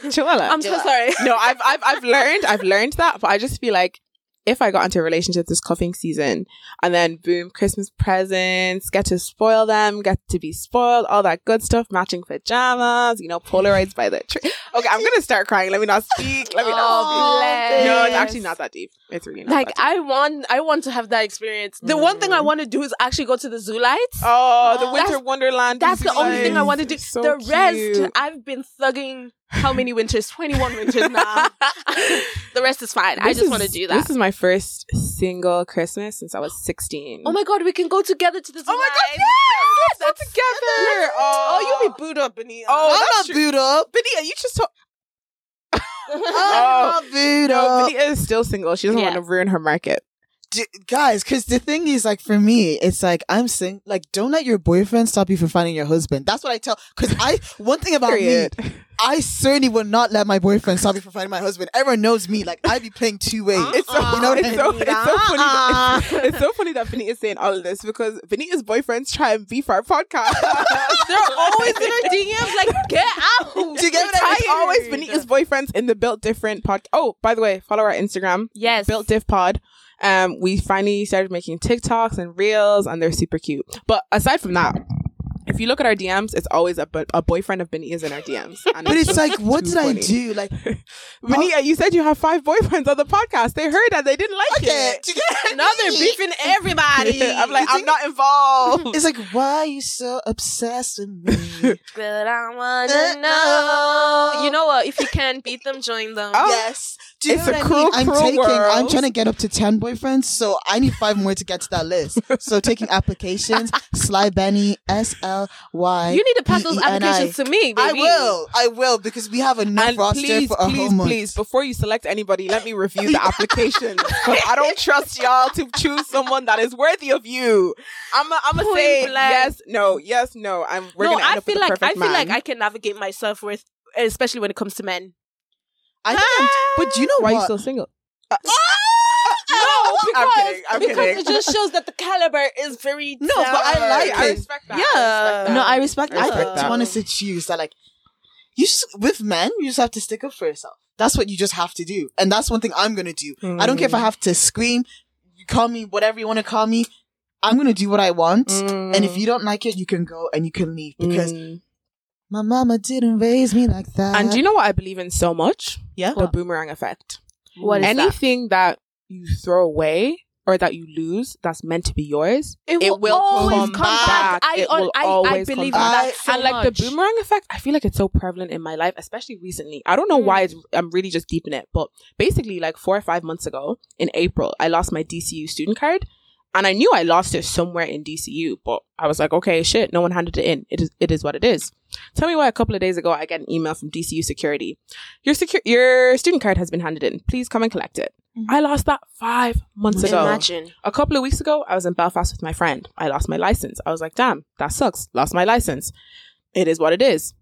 Joella. I'm so sorry. no, I've, I've I've learned I've learned that, but I just feel like if I got into a relationship this cuffing season and then boom, Christmas presents, get to spoil them, get to be spoiled, all that good stuff, matching pajamas, you know, Polaroids by the tree. Okay, I'm gonna start crying. Let me not speak. Let me Oh, not bless. speak. No, it's actually not that deep. It's really not Like that deep. I want, I want to have that experience. The one thing I want to do is actually go to the zoo lights. Oh, the Oh, winter that's- wonderland. That's the only thing I designs. want to do. So the rest, cute. I've been thugging. How many winters? Twenty-one winters now. the rest is fine. I This just is- want to do that. This is my first single Christmas since I was 16. Oh my god, we can go together to the zoo. Oh my God, lights. yes! Let's go together. Oh, Oh. you be booed up, Benita. Oh, I'm that's not true. booed up. Benita, you just told. Oh. I'm not booed No, up. Benita is still single. She doesn't Yeah. want to ruin her market. D- guys, because the thing is, like, for me, it's like I'm saying, like, don't let your boyfriend stop you from finding your husband. That's what I tell. Because I, one thing about Period. Oh, me, I certainly will not let my boyfriend stop me from finding my husband. Everyone knows me. Like, I be playing two ways. It's so, you know what Uh-uh. I it's, mean? so, it's, so funny that, Uh-uh. it's, it's so funny that Benita's saying all of this because Benita's boyfriends try and beef our podcast. They're always in her DMs, like, get out. Do you get what I mean? it's always Benita's boyfriends in the Built Different podcast. Oh, by the way, follow our Instagram. Yes. Built Diff Pod. Um, we finally started making TikToks and reels, and they're super cute. But aside from that, if you look at our DMs, it's always a, bu- a boyfriend of Benita's in our DMs. And But it's like, what too did I funny. do? Like, Benita, you said you have five boyfriends on the podcast. They heard that they didn't like okay, it. do you get what I Now they're mean? beefing everybody. I'm like, You I'm think- not involved. It's like, why are you so obsessed with me? but I Uh, wanna know. You know what? If you can beat them, join them. Oh. Yes. Do you It's know a what cruel, I mean? I'm cruel taking, I'm world. trying to get up to 10 boyfriends, so I need five more to get to that list. So taking applications, Sly Benny, S L Y. You need to pass those E-E-N-I. applications to me, I baby. will. I will because we have enough And roster please, for a whole please, month. please, before you select anybody, let me review the application. 'Cause I don't trust y'all to choose someone that is worthy of you. I'm going to Point say blank. yes, no, yes, no. I'm, we're no, gonna end I up with feel the like I perfect feel man. like I can navigate my self worth, especially when it comes to men. I think I'm- but you know Why what? you still single? No, because, I'm kidding. I'm because kidding. it just shows that the caliber is very No, but I down. like it. respect that. Yeah. no, I respect. I I, respect just that. want to sit you. That like, you just, with men, you just have to stick up for yourself. That's what you just have to do, and that's one thing I'm gonna do. I don't care Mm. if I have to scream, you call me whatever you want to call me. I'm gonna do what I want, Mm. and Mm-hmm. if you don't like it, you can go and you can leave because my mama didn't raise me like that. Mm. and do you know what I believe in so much? yeah, The boomerang effect. What is that? Anything that you throw away or that you lose that's meant to be yours, It will, will always come come back. back. I, It will I, I always come believe in back. that so and like much. the boomerang effect, I feel like it's so prevalent in my life, especially recently. I don't Hmm. know why it's, I'm really just deep in it, but basically, like four or five months ago in April, I lost my DCU student card, and I knew I lost it somewhere in DCU, but I was like, okay, shit, no one handed it in. It is, it is what it is. Tell me why a couple of days ago I get an email from DCU security. Your secure, your student card has been handed in. Please come and collect it. Mhm. I lost that five months ago. Mm-hmm. Imagine. A couple of weeks ago, I was in Belfast with my friend. I lost my license. I was like, damn, that sucks. Lost my license. It is what it is.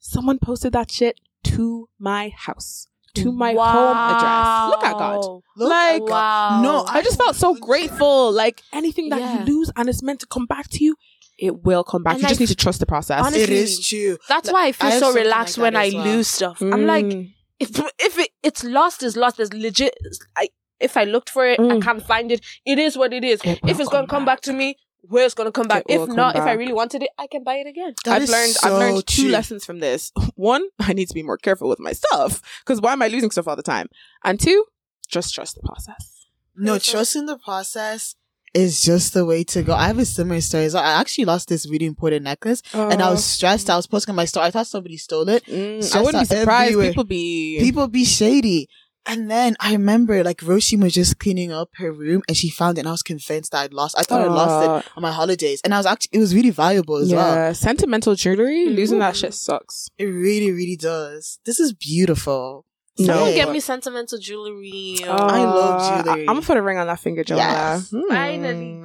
Someone posted that shit to my house, to my home address. Look at God. Wow. Look, Like, wow. no, I just felt so grateful. Like, anything that Yeah. you lose and it's meant to come back to you, it will come back. And you I just need to f- trust the process. honestly, it is true. That's why I feel I have so something relaxed like when that I as well. lose stuff. I'm like, Mm. if if it, it's lost, it's lost. There's legit. I if I looked for it, I Mm. can't find it. It is what it is. It if will it's gonna come come back. to me, where it's gonna come back. It will if come not, if I back. really wanted it, I can buy it again. That I've is learned I've so learned two true. lessons from this. One, I need to be more careful with my stuff because why am I losing stuff all the time? And two, just trust the process. No, trusting the process is just the way to go. I have a similar story. So I actually lost this really important necklace and Oh. I was stressed. I was posting on my story. I thought somebody stole it. Mm, So I wouldn't be it's not surprised. everywhere. People be People be shady. And then I remember like Roshi was just cleaning up her room and she found it and I was convinced that I'd lost. I thought I lost it Uh, on my holidays. And I was actually it was really valuable as yeah, well. Mm-hmm. sentimental jewelry. Mhm. Losing that shit sucks. It really, really does. This is beautiful. Someone No. get me sentimental jewelry. Oh. I love jewelry. uh, I- am gonna put a ring on that finger, Joanna. Yes. Mm. Finally,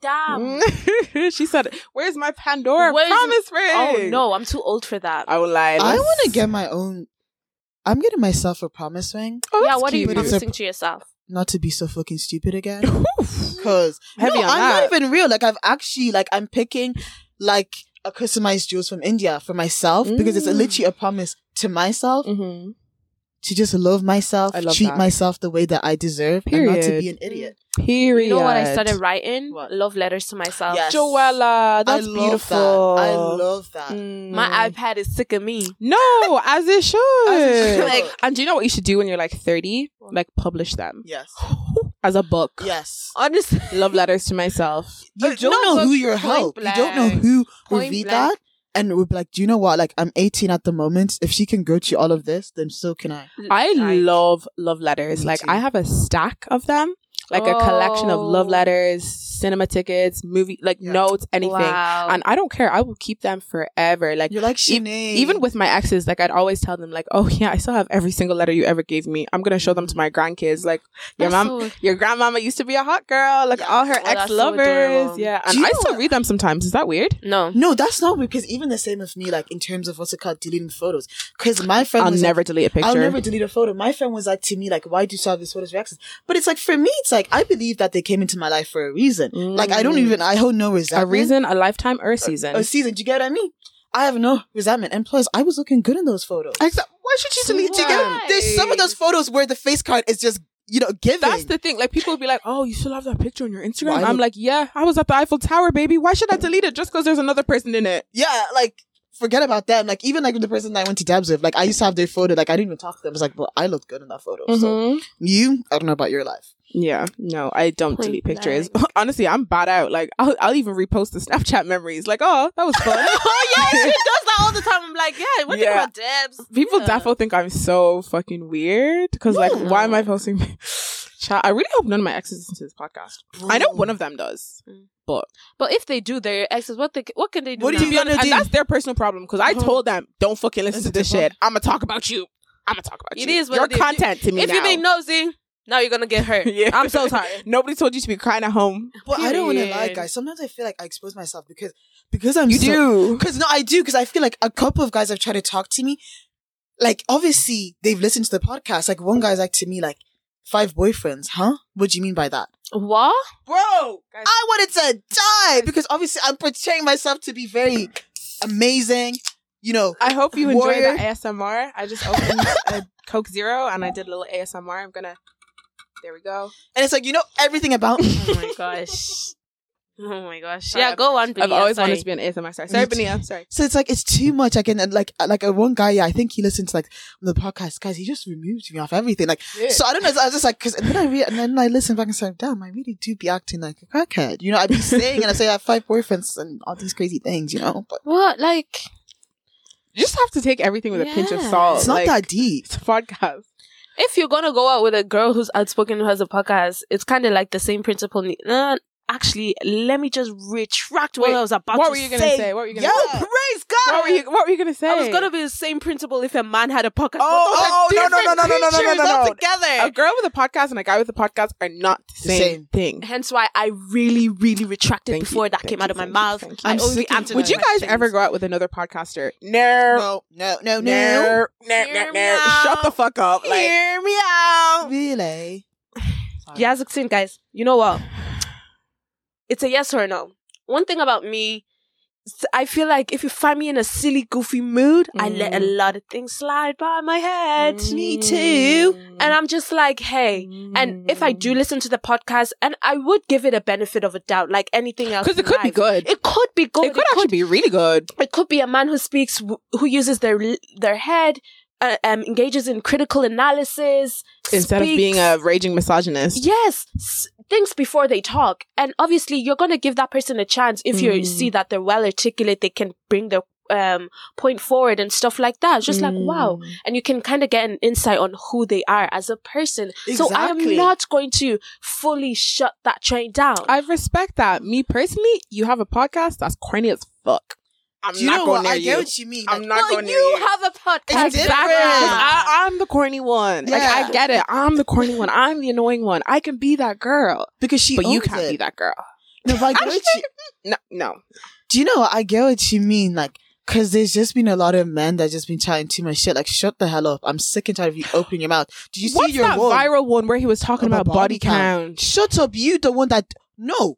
god damn. she said, "Where's my Pandora Where's- promise ring?" Oh no, I'm too old for that. I will lie. I Let's- want to get my own. I'm getting myself a promise ring, Oh, yeah, that's what are you cute. But it's a- promising to yourself? not to be so fucking stupid again. Oof. Cause Heavy no, on I'm that. not even real. Like I've actually like I'm picking like a customized jewels from India for myself because it's Mm. literally a promise to myself Mhm. to just love myself, I love treat that. myself the way that I deserve, and not to Period. be an idiot. Period. You know what I started writing? What? Love letters to myself. Yes. Joella, that's I love beautiful. That. I love that. Mm. My iPad is sick of me. No, as it should. As it should. Like, and do you know what you should do when you're like 30? What? Like publish them Yes. as a book. Yes. Honestly, Love letters to myself. You Uh, don't no, know who but you're point help. You don't know blank. who Point revealed blank. that. And would be like, do you know what? Like, I'm 18 at the moment. If she can go through all of this, then so can I. I Like- love love letters. Me Like too. I have a stack of them, like a collection of love Oh. letters, cinema tickets, movie like Yeah. notes, anything. Wow. And I don't care. I will keep them forever. Like You're like, e- Sinead. even with my exes, like I'd always tell them, like, "Oh yeah, I still have every single letter you ever gave me. I'm gonna show them to my grandkids. Like your Mm-hmm. That's mom, so- your grandmama used to be a hot girl. Like Yeah. all her Oh, that's ex so lovers. adorable. yeah, Do and you I know still what- read them sometimes. Is that weird? no. No, that's not because even the same with me, like in terms of what's it called, deleting photos. Because my friend I'll was never delete a like, picture. I'll never delete a photo. My friend was like to me, like, why do you still have this photos reactions? But it's like for me, it's like I believe that they came into my life for a reason. Like I don't Mm. even I hold no a resentment. reason, a lifetime, or a season. a season. Do you get what I mean? I have no resentment. And plus, I was looking good in those photos. Exa- why should you delete them? There's some of those photos where the face card is just you know given. That's the thing. Like people be like, "Oh, you still have that picture on your Instagram." Why I'm would- like, "Yeah, I was at the Eiffel Tower, baby. Why should I delete it just because there's another person in it?" yeah, like. Forget about them. Like even like the person that I went to dabs with, like I used to have their photo. Like I didn't even talk to them. It's like, well, I looked good in that photo. So Mm-hmm. you, I don't know about your life. Yeah, no, I don't Point delete pictures. Honestly, I'm bad out. Like, I'll, I'll even repost the Snapchat memories. Like, oh, that was fun. oh yeah, she does that all the time. I'm like, yeah, what Yeah. about Debs? People Yeah. definitely think I'm so fucking weird because, like, No. why am I posting? Chat. I really hope none of my exes listen to this podcast. I know one of them does. But if they do, their exes, what they what can they do? What do now? you To be honest, gonna and do? that's their personal problem because I Uh-huh. told them, don't fucking listen to Listen this to what? shit. I'm gonna talk about you. I'm gonna talk about It you. is what your it is. You- content to me if now. you being nosy, now you're gonna get hurt. Yeah. I'm so sorry. Nobody told you to be crying at home. Well, I don't want to lie, Period. guys. Sometimes I feel like I expose myself because because I'm You so- do. Because no, I do. Because I feel like a couple of guys have tried to talk to me. Like, obviously, they've listened to the podcast. Like, one guy's like to me, like, five boyfriends, huh? What do you mean by that? What? Bro, Guys- I wanted to die because obviously I'm portraying myself to be very amazing. You know, I hope you enjoy Warrior. the ASMR. I just opened a Coke Zero and I did a little ASMR. I'm gonna. There we go. and it's like, you know everything about me. Oh my gosh. Oh my gosh. Sorry, yeah, go on. I've Binia, always sorry. wanted to be an ASMR. Sorry, sorry, Me too. Benia. Sorry. So it's like it's too much. I can and, like like uh, one guy. Yeah, I think he listened to like the podcast. Guys, he just removed me off everything. Like so, I don't know. I was just like because then I read and then I listened back and said, damn, I really do be acting like a crackhead. You know, I'd be saying and I say I have five boyfriends and all these crazy things. You know, but What? Like, You just have to take everything with a pinch of Yeah. salt. it's not Oh, like, that deep. It's a podcast. if you're gonna go out with a girl who's outspoken who has a podcast, it's kind of like the same principle. Uh, actually, let me just retract what Wait, I was about what to were you gonna say? What were you gonna Yo, say? praise God! What were you What were you gonna say? I was gonna be the same principle if a man had a podcast. Oh, but those are oh, no, no, no, different no, no, no, no, creatures no, no. altogether. a girl with a podcast and a guy with a podcast are not the The same, same. thing. Hence why I really, really retracted oh. Thank you, before that thank came you, out of my thank you, mouth. thank you. I I'm only sick of- answered Would you my guys questions. ever go out with another podcaster? No. No, no, no, no. No, no, no, no. Shut the fuck up. Like, Hear me out. Really? Yes, Sixteen, guys. You know what? It's a yes or a no. One thing about me, s- I feel like if you find me in a silly, goofy mood, I let a Mm. lot of things slide by my head. Me too. And I'm just like, hey. And if I do listen to the podcast, and I would give it a benefit of a doubt, like anything else, because it in could be life. good. It could be good. It could actually be really good. it could be a man who speaks w- who uses their their head uh, um, engages in critical analysis Instead of being speaks- a raging misogynist. yes s- thinks before they talk and obviously you're going to give that person a chance if you Mm. see that they're well articulate they can bring their um point forward and stuff like that It's just like Mm. wow and you can kind of get an insight on who they are as a person so i am Exactly. not going to fully shut that train down I respect that. Me personally, you have a podcast that's corny as fuck. I'm Do you know not going what? near I get you. what you mean. I'm Like, not but going near you you. have a podcast It's Exactly. different. I, I'm the corny one. Like Yeah. I get it. I'm the corny one. I'm the annoying one. I can be that girl, because she, but you owns can't it. be that girl. No, but I get what you- No, no. Do you know what? I get what you mean? Like, cause there's just been a lot of men that just been chatting too much shit. Like, shut the hell up. I'm sick and tired of you opening your mouth. Did you What's see your that one? viral one where he was talking about, About body body count? Shut up. You the one that, no,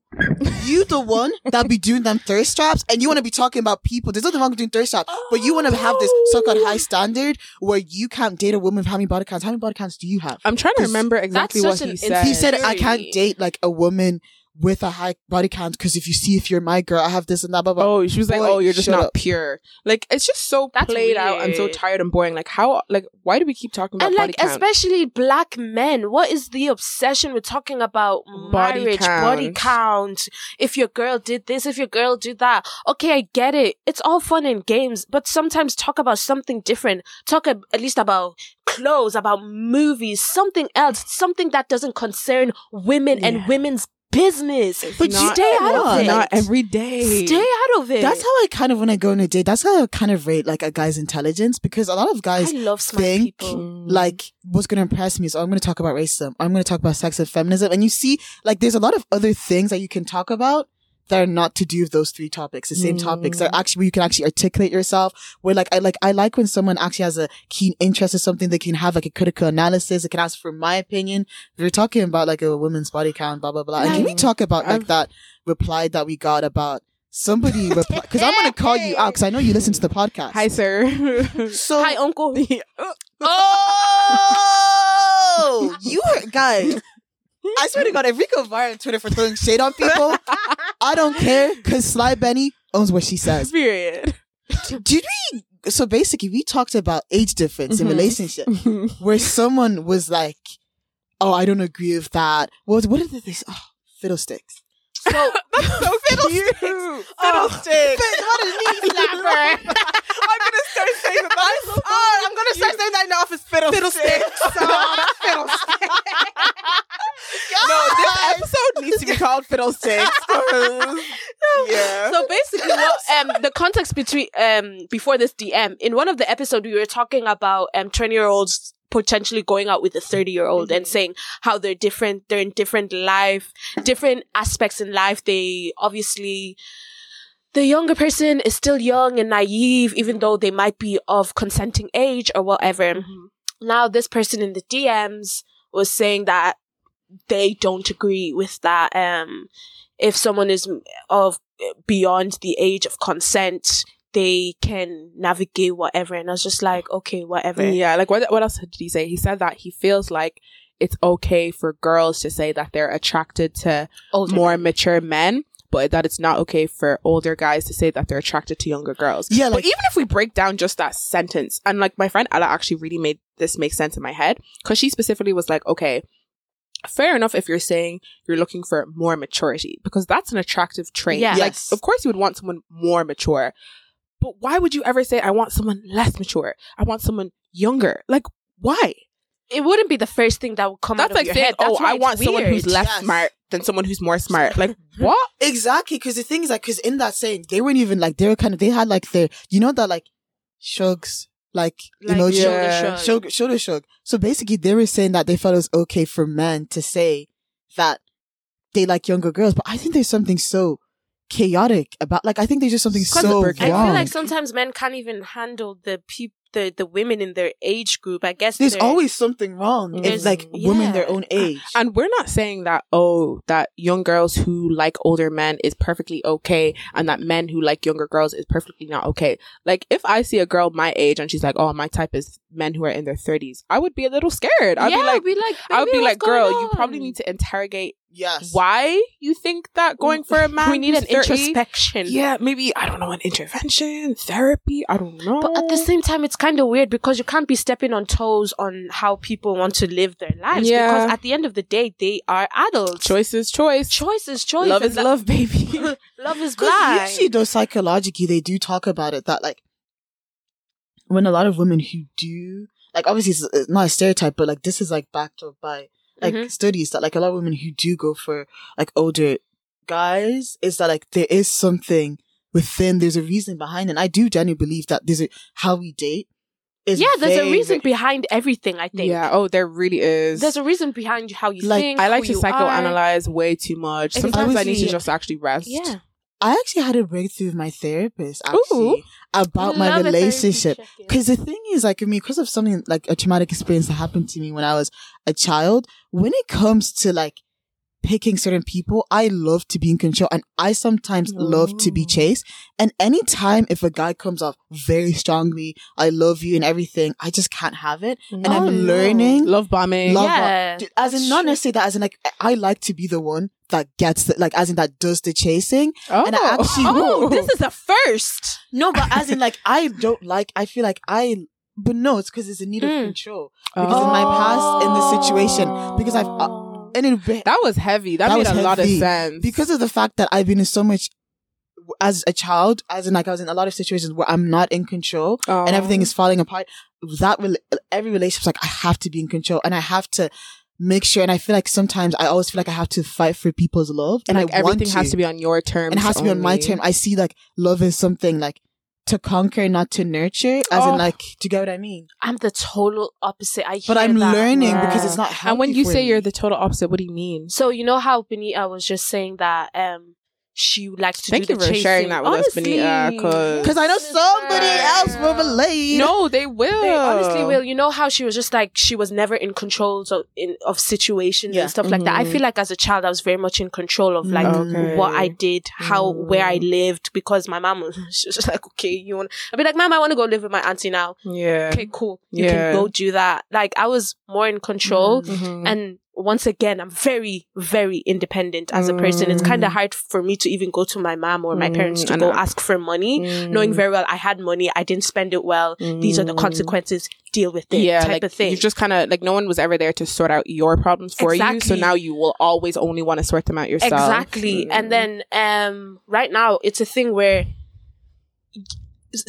you the one that be doing them thirst traps and you want to be talking about people. There's nothing wrong with doing thirst traps, but you want to have this Oh! so-called high standard where you can't date a woman with how many body counts. How many body counts do you have? I'm trying to That's- remember exactly such what an he insecure- said. He said, I Very. can't date like a woman with a high body count because if you see if you're my girl, I have this and that, blah, blah. "Oh, she was like, Boy, oh, you're just shut not up. pure." Like it's just so That's played out and so weird. tired and boring. Like how? Like why do we keep talking about and body like count? especially black men what is the obsession with talking about Body marriage body count. count if your girl did this if your girl did that okay i get it it's all fun and games but sometimes talk about something different talk ab- at least about clothes about movies something else something that doesn't concern women Yeah. and women's business It's but not- stay out of it Not every day. stay out of it That's how I kind of want to go on a date. That's how I kind of rate like a guy's intelligence because a lot of guys i love smart think people Mm. like what's going to impress me is oh, I'm going to talk about racism. I'm going to talk about sex and feminism. And you see, like, there's a lot of other things that you can talk about that are not to do with those three topics, the same Mm. topics. They're actually where you can actually articulate yourself. Where like I like I like when someone actually has a keen interest in something. They can have like a critical analysis. They can ask for my opinion. We're talking about like a woman's body count, blah blah blah. and can we Like- talk about like I've- that reply that we got about somebody reply? Because I'm going to call you out because I know you listen to the podcast. Hi, sir. so hi uncle Oh, you are, guys. I swear to God, if we go viral on Twitter for throwing shade on people, I don't care because Sly Benny owns what she says. Period. Did we? So basically, we talked about age difference Mhm. in relationship, where someone was like, "Oh, I don't agree with that." What was- what are the things? Oh, fiddlesticks. so so fiddlesticks. Fiddlesticks. slapper. I'm gonna start saying that. I'm, oh, I'm gonna start saying that in the office. Fiddlesticks. no, this episode needs to be called Fiddlesticks. 'cause- yeah. So basically, what, um, the context between um before this DM in one of the episodes we were talking about um twenty year olds potentially going out with a thirty year old and saying how they're different, they're in different life, different aspects in life. They obviously. The younger person is still young and naive, even though they might be of consenting age or whatever. Now, this person in the DMs was saying that they don't agree with that. Um, if someone is of beyond the age of consent, they can navigate whatever. And I was just like, okay, whatever. Yeah, like what what else did he say? He said that he feels like it's okay for girls to say that they're attracted to Older. more mature men, but that it's not okay for older guys to say that they're attracted to younger girls. Yeah, but like- even if we break down just that sentence, and like my friend Ella actually really made this make sense in my head because she specifically was like, okay, fair enough if you're saying you're looking for more maturity because that's an attractive trait. Yeah. Like, Yes. of course, you would want someone more mature. But why would you ever say, I want someone less mature? I want someone younger? Like, why? It wouldn't be the first thing that would come That's out of like your saying, head. That's oh, why I it's want someone who's weird. less Yes. smart than someone who's more smart. Like, what? Exactly, because the thing is, like, because in that saying, they weren't even like they were kind of they had like their you know that like shrugs, like, Like, emoji, shoulder yeah. shrug. shug, shoulder shrug. So basically, they were saying that they felt it was okay for men to say that they like younger girls, but I think there's something so chaotic about like I think there's just something 'Cause so the wrong. bird- I feel like sometimes men can't even handle the peop the, the women in their age group. I guess there's they're- always something wrong. There's- It's like women their Mm-hmm. yeah. own age. And we're not saying that, oh, that young girls who like older men is perfectly okay and that men who like younger girls is perfectly not okay. Like, if I see a girl my age and she's like, oh, my type is men who are in their 30s, I would be a little scared. I'd yeah, be like, be like, I would "Baby, be what's like, girl, going you probably on?" need to interrogate yes. why you think that going for a man. We need who's an 30 introspection. Yeah, maybe, I don't know, an intervention, therapy. I don't know. But at Oh. the same time, it's kind of weird because you can't be stepping on toes on how people want to live their lives. Yeah. Because at the end of the day, they are adults. choice is choice. choice is choice. love and is that- love, baby. love is Because blind. usually, though, psychologically, they do talk about it that, like, when a lot of women who do, like, obviously, it's it's not a stereotype, but, like, this is, like, backed up by, like, Mhm. studies that, like, a lot of women who do go for, like, older guys is that, like, there is something within, there's a reason behind it. And I do genuinely believe that there's a, how we date is. yeah, there's very, a reason very- behind everything. I think. yeah, oh, there really is. There's a reason behind how you Like, think. I like who to you are. psychoanalyze way too much. Sometimes I need to Exactly. just actually rest. Yeah. I actually had a breakthrough with my therapist, actually, Ooh. about my Love a therapy relationship. check-in. Because the thing is, like, I mean, because of something like a traumatic experience that happened to me when I was a child, when it comes to like picking certain people, I love to be in control and I sometimes love to be Ooh. chased. And anytime if a guy comes off very strongly, I love you and everything, I just can't have it. And Oh, I'm no. learning. Love bombing. Love Yeah, Dude, as in, that's not true. necessarily that, as in, like, I- I like to be the one that gets the, like, as in, that does the chasing. oh. and I actually- oh, Ooh. this is a first. No, but as in, like, I don't like, I feel like I, but no, it's because it's a need Mm. of control. Because in my Oh. past, in this situation, because I've- uh, Oh. And it, be- that was heavy. That, That made a was lot of heavy. sense. because of the fact that I've been in so much as a child, as in like I was in a lot of situations where I'm not in control Oh. and everything is falling apart. That will every relationship's like I have to be in control and I have to make sure. And I feel like sometimes I always feel like I have to fight for people's love, and like I want everything has to be on your terms. and it has to be on my only. term. I see like love is something like to conquer, not to nurture. As Oh. in like, do you get what I mean? I'm the total opposite. I But hear I'm that. learning Yeah. because it's not. Healthy And when you for say me. you're the total opposite, what do you mean? So you know how Benita was just saying that um she likes to Thank do you the for sharing chasing. that with us, Benita, 'cause- because I know somebody else will relate. No, they will. They honestly will. You know how she was just like she was never in control of in, of situations Yeah. and stuff like that. I Mhm. feel like as a child I was very much in control of like Okay. what I did, how Mm. where I lived because my mom was she was just like okay, you want I'd be like mom, I want to go live with my auntie now. Yeah. Okay, cool. You Yeah. can go do that. Like I was more in control Mhm. and once again i'm very very independent as a person it's kind of hard for me to even go to my mom or my parents Mm, to I go know. ask for money Mm. knowing very well i had money i didn't spend it well these are the Mm. consequences deal with it type like, of thing You just kind of like no one was ever there to sort out your problems for you, so Exactly. now you will always only want to sort them out yourself. exactly Mm. and then um right now it's a thing where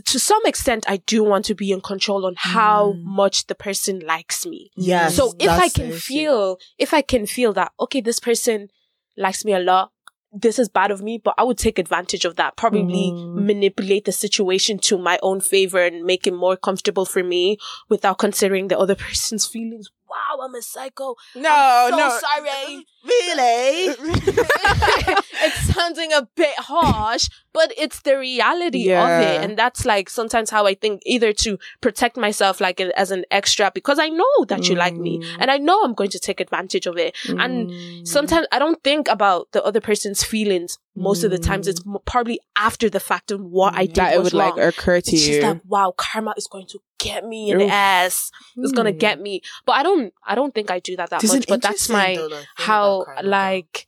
to some extent i do want to be in control on how Mm. much the person likes me Yeah. so if i can feel if i can feel that okay this person likes me a lot this is bad of me but i would take advantage of that probably Mhm. manipulate the situation to my own favor and make it more comfortable for me without considering the other person's feelings wow i'm a psycho no, I'm so no, sorry really. it's sounding a bit harsh but it's the reality of Yeah. it and that's like sometimes how i think either to protect myself like as an extra because i know that you like me Mm. and i know i'm going to take advantage of it and Mm. sometimes I don't think about the other person's feelings. Most of the times, Mm. it's mo- probably after the fact of what Mm. I did that it was would like wrong. occur to it's you. just like wow, karma is going to get me in Oof. the ass. It's gonna Hmm. get me. But I don't. I don't think I do that that There's an much. But that's Mm. interesting, my though, like, thing how about karma, though. like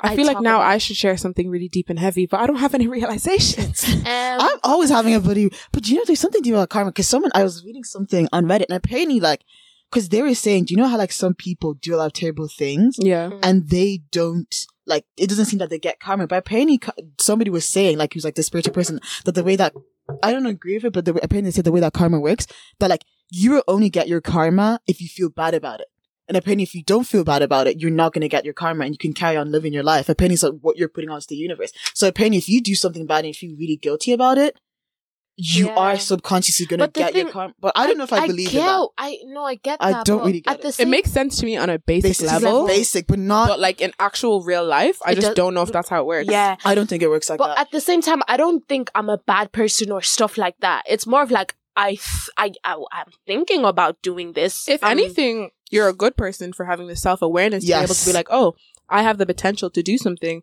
I, I feel like talk now about- I should share something really deep and heavy, but I don't have any realizations. Um, I'm always having a buddy, but you know, there's something deep about karma because someone I was reading something on Reddit, and apparently, like, because they were saying, do you know how like some people do a lot of terrible things, yeah. Mm-hmm. and they don't like it doesn't seem that they get karma. But apparently, ca- somebody was saying like he was like the spiritual person that the way that I don't agree with it, but the, way- apparently they said the way that karma works that like you will only get your karma if you feel bad about it. And apparently, if you don't feel bad about it, you're not going to get your karma, and you can carry on living your life. Apparently, it's like what you're putting out to the universe. So apparently, if you do something bad and you feel really guilty about it, you Yeah. are subconsciously going to But the get your thing- karma. But I don't know if I, believe get, in that. Um, I no, I get. I that, don't but really get at it. The It It same makes sense to me on a basic Basic, level, like basic, but not. but like in actual real life, I It just does- don't know if that's how it works. Yeah. I don't think it works like But that. at the same time, I don't think I'm a bad person or stuff like that. It's more of like I, th- I, I, I'm thinking about doing this. If Um, anything, you're a good person for having the self awareness to be able to be Yes. like, oh, I have the potential to do something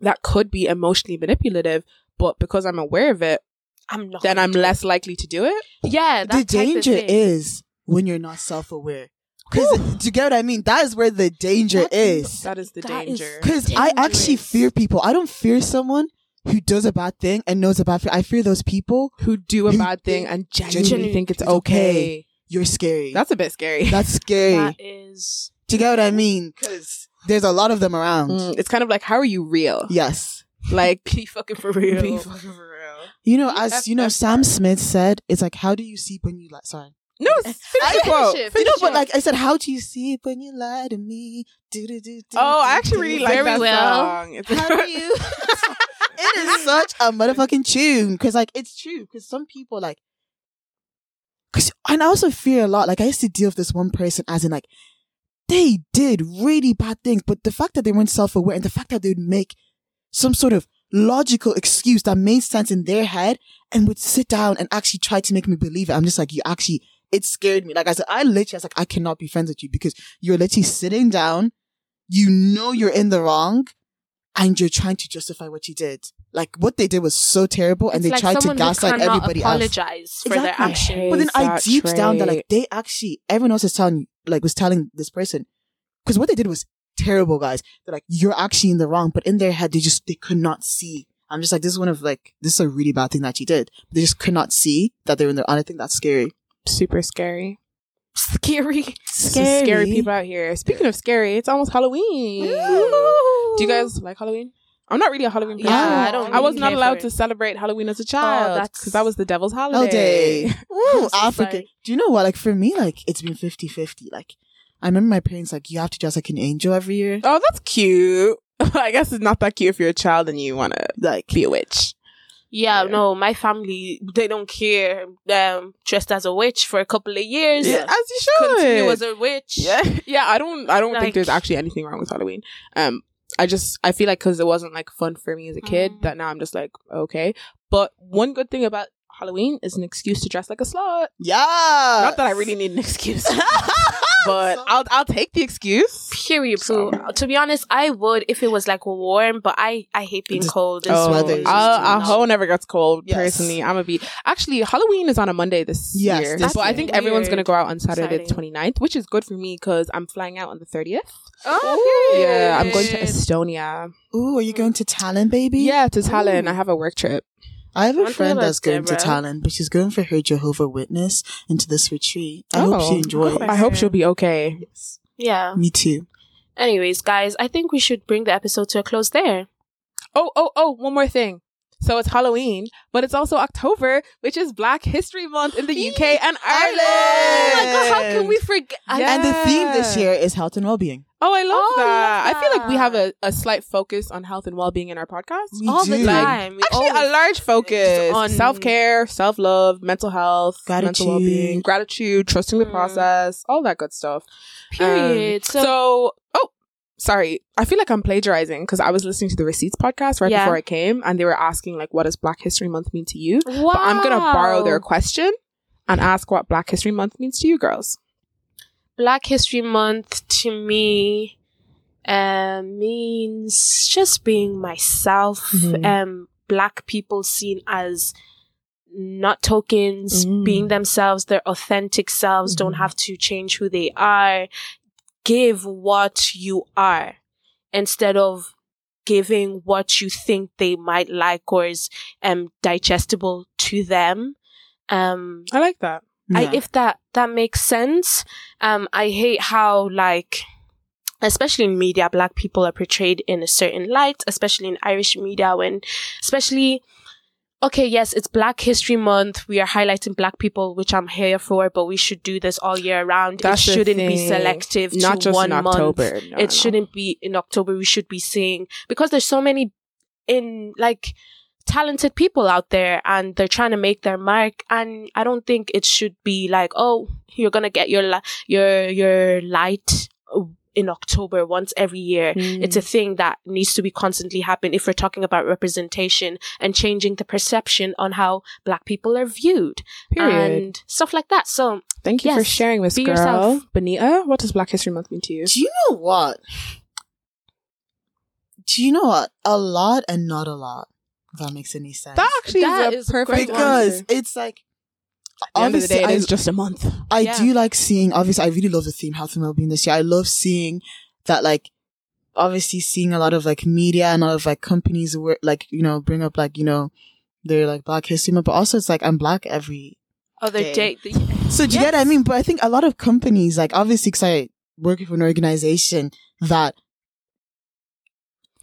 that could be emotionally manipulative, but because I'm aware of it, I'm not. then gonna I'm Oh, do it. less likely to do it. Yeah, that the type of danger thing. is when you're not self-aware because do you get what i mean that is where the danger That is- is That is the That is- danger. because i actually dangerous. fear people i don't fear someone who does a bad thing and knows a bad thing i fear those people who do a Who bad thing think- and genuinely, genuinely think it's think it's okay. you're scary that's, That's a bit scary. scary That is. do you get what i mean because there's a lot of them around Mm, it's kind of like, how are you real? yes Like, be fucking for real. fucking for real. you know as you know BFF. sam smith said it's like how do you see when you lie sorry no, finish I- the quote. finish it, Finish you know, it. but like I said, how do you see it when you lie to me? Do-do-do-do-do-do. oh, I actually really like Very that well. song. It's How do you? it is such a motherfucking tune because, like, it's true. Because some people like, because and I also fear a lot. Like, I used to deal with this one person, as in, like, they did really bad things, but the fact that they weren't self aware and the fact that they would make some sort of logical excuse that made sense in their head and would sit down and actually try to make me believe it. I'm just like, you actually, it scared me. Like I said, I literally, I was like, I cannot be friends with you because you're literally sitting down. You know you're in the wrong and you're trying to justify what you did. Like what they did was so terrible and It's they like tried to someone who gaslight cannot everybody else. Apologize for their Exactly. action. But then I That deep down that trait. like they actually everyone else is telling like was telling this person because what they did was terrible, guys. They're like you're actually in the wrong, but in their head they just they could not see. I'm just like this is one of like this is a really bad thing that you did. They just could not see that they're in the wrong. I think that's scary. super scary. Scary. Some scary people out here. Speaking of scary, it's almost Halloween. Do you guys like Halloween? I'm not really a Halloween person. Yeah, I don't. I was really not care allowed for to it. Oh, celebrate Halloween as a child that's- Oh, because that was the devil's holiday. Holiday. Ooh, That's Africa. society. Do you know what? Like for me, like it's been 50-50. Like I remember my parents like you have to dress like an angel every year. Oh, that's cute. I guess it's not that cute if you're a child and you want to Like be a witch. Yeah, Yeah. no, my family they don't care. Um, dressed as a witch for a couple of years. Yeah. As you should. Continue as a witch. yeah, yeah. I don't. I don't Like- think there's actually anything wrong with Halloween. Um, I just I feel like because it wasn't like fun for me as a kid Mm. that now I'm just like okay. But one good thing about Halloween is an excuse to dress like a slut. yeah. Not that I really need an excuse, but So- I'll I'll take the excuse. Period. So- poo. To be honest, I would if it was like warm, but I I hate being Just- cold. This oh, weather is just our too whole never gets cold. Yes. Personally, I'm gonna be actually Halloween is on a Monday this Yes, year, this but I year. think everyone's Weird. gonna go out on Saturday the Exciting. 29th, which is good for me because I'm flying out on the 30th. Oh, Yeah, I'm going to period. Estonia. Ooh, are you going to Talon, baby? Yeah, to Tallinn. Ooh. I have a work trip. I have One a thing friend about that's going to Deborah- Talon, but she's going for her Jehovah Witness into this retreat. I hope Oh, she enjoys. okay. I hope she'll be okay. Yeah. Me too. Anyways, guys, I think we should bring the episode to a close there. Oh, oh, oh, one more thing. So it's Halloween, but it's also October, which is Black History Month in the UK and Ireland. Oh my god, how can we And- forget? Yeah. And the theme this year is health and well-being. Oh, I love Oh, I that. love I feel like we have that. a, a slight focus on health and well being in our podcast. We all the do. time. We Actually, always- a large focus oh. Just on- on self care, self love, mental health, mental Gratitude. well being, gratitude, trusting the Mm. process, all that good stuff. Period. Um, so, oh, sorry. I feel like I'm plagiarizing because I was listening to the Receipts podcast right Yeah. before I came, and they were asking like, "What does Black History Month mean to you?" wow. But I'm gonna borrow their question and ask what Black History Month means to you, girls. Black History Month to me um, means just being myself. Mhm. Um, black people seen as not tokens, Mm. being themselves, their authentic selves, don't Mhm. have to change who they are. Give what you are instead of giving what you think they might like or is um digestible to them. Um, I like that. I, if that that makes sense. Um, I hate how like, especially in media, black people are portrayed in a certain light, especially in Irish media when, especially. Okay, yes, it's Black History Month. We are highlighting black people, which I'm here for, but we should do this all year round. That's the it shouldn't be thing. selective Not to just one in month October. No, no. it shouldn't be in October. We should be seeing because there's so many in like talented people out there and they're trying to make their mark and I don't think it should be like oh you're going to get your li- your your light in October once every year. Mm. It's a thing that needs to be constantly happen if we're talking about representation and changing the perception on how black people are viewed period. and stuff like that. So Thank you for yes, sharing, Miss be Girl. yourself. Bonita, what does Black History Month mean to you? Do you know what? Do you know what? A lot and not a lot. If that makes any sense. That actually That is is a perfect because answer. it's like At the end of the obviously day, it I- is just a month. I Yeah. do like seeing. Obviously, I really love the theme health and well-being this year. I love seeing that, like, obviously seeing a lot of like media and a lot of like companies where, like, you know, bring up like you know their like Black History Month, but also it's like I'm Black every. other Okay. day So do you get what I mean? But I think a lot of companies, like, obviously, because I work for an organization that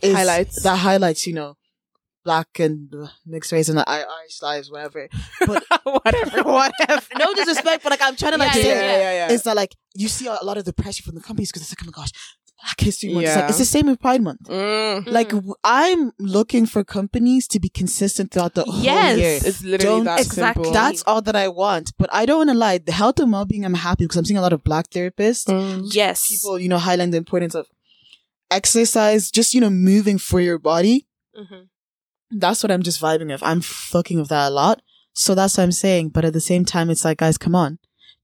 is- Highlights. that highlights, you know. Black and uh, mixed race and uh, I- Irish lives, whatever. Whatever. whatever. No disrespect, but like I'm trying to like Yeah, say, yeah, yeah. is that like you see a lot of the pressure from the companies because it's like, oh my gosh, Black History Month. It's, Yeah. like, it's the same with Pride Month. Mm. Like w- I'm looking for companies to be consistent throughout the whole Yes. year. It's literally Don't- that Exactly. simple. That's all that I want. But I don't want to lie. The health and well-being, I'm happy because I'm seeing a lot of Black therapists, Mm. yes people, you know, highlighting the importance of exercise, just you know, moving for your body. Mhm. That's what I'm just vibing with. I'm fucking with that a lot. So that's what I'm saying. But at the same time, it's like, guys, come on.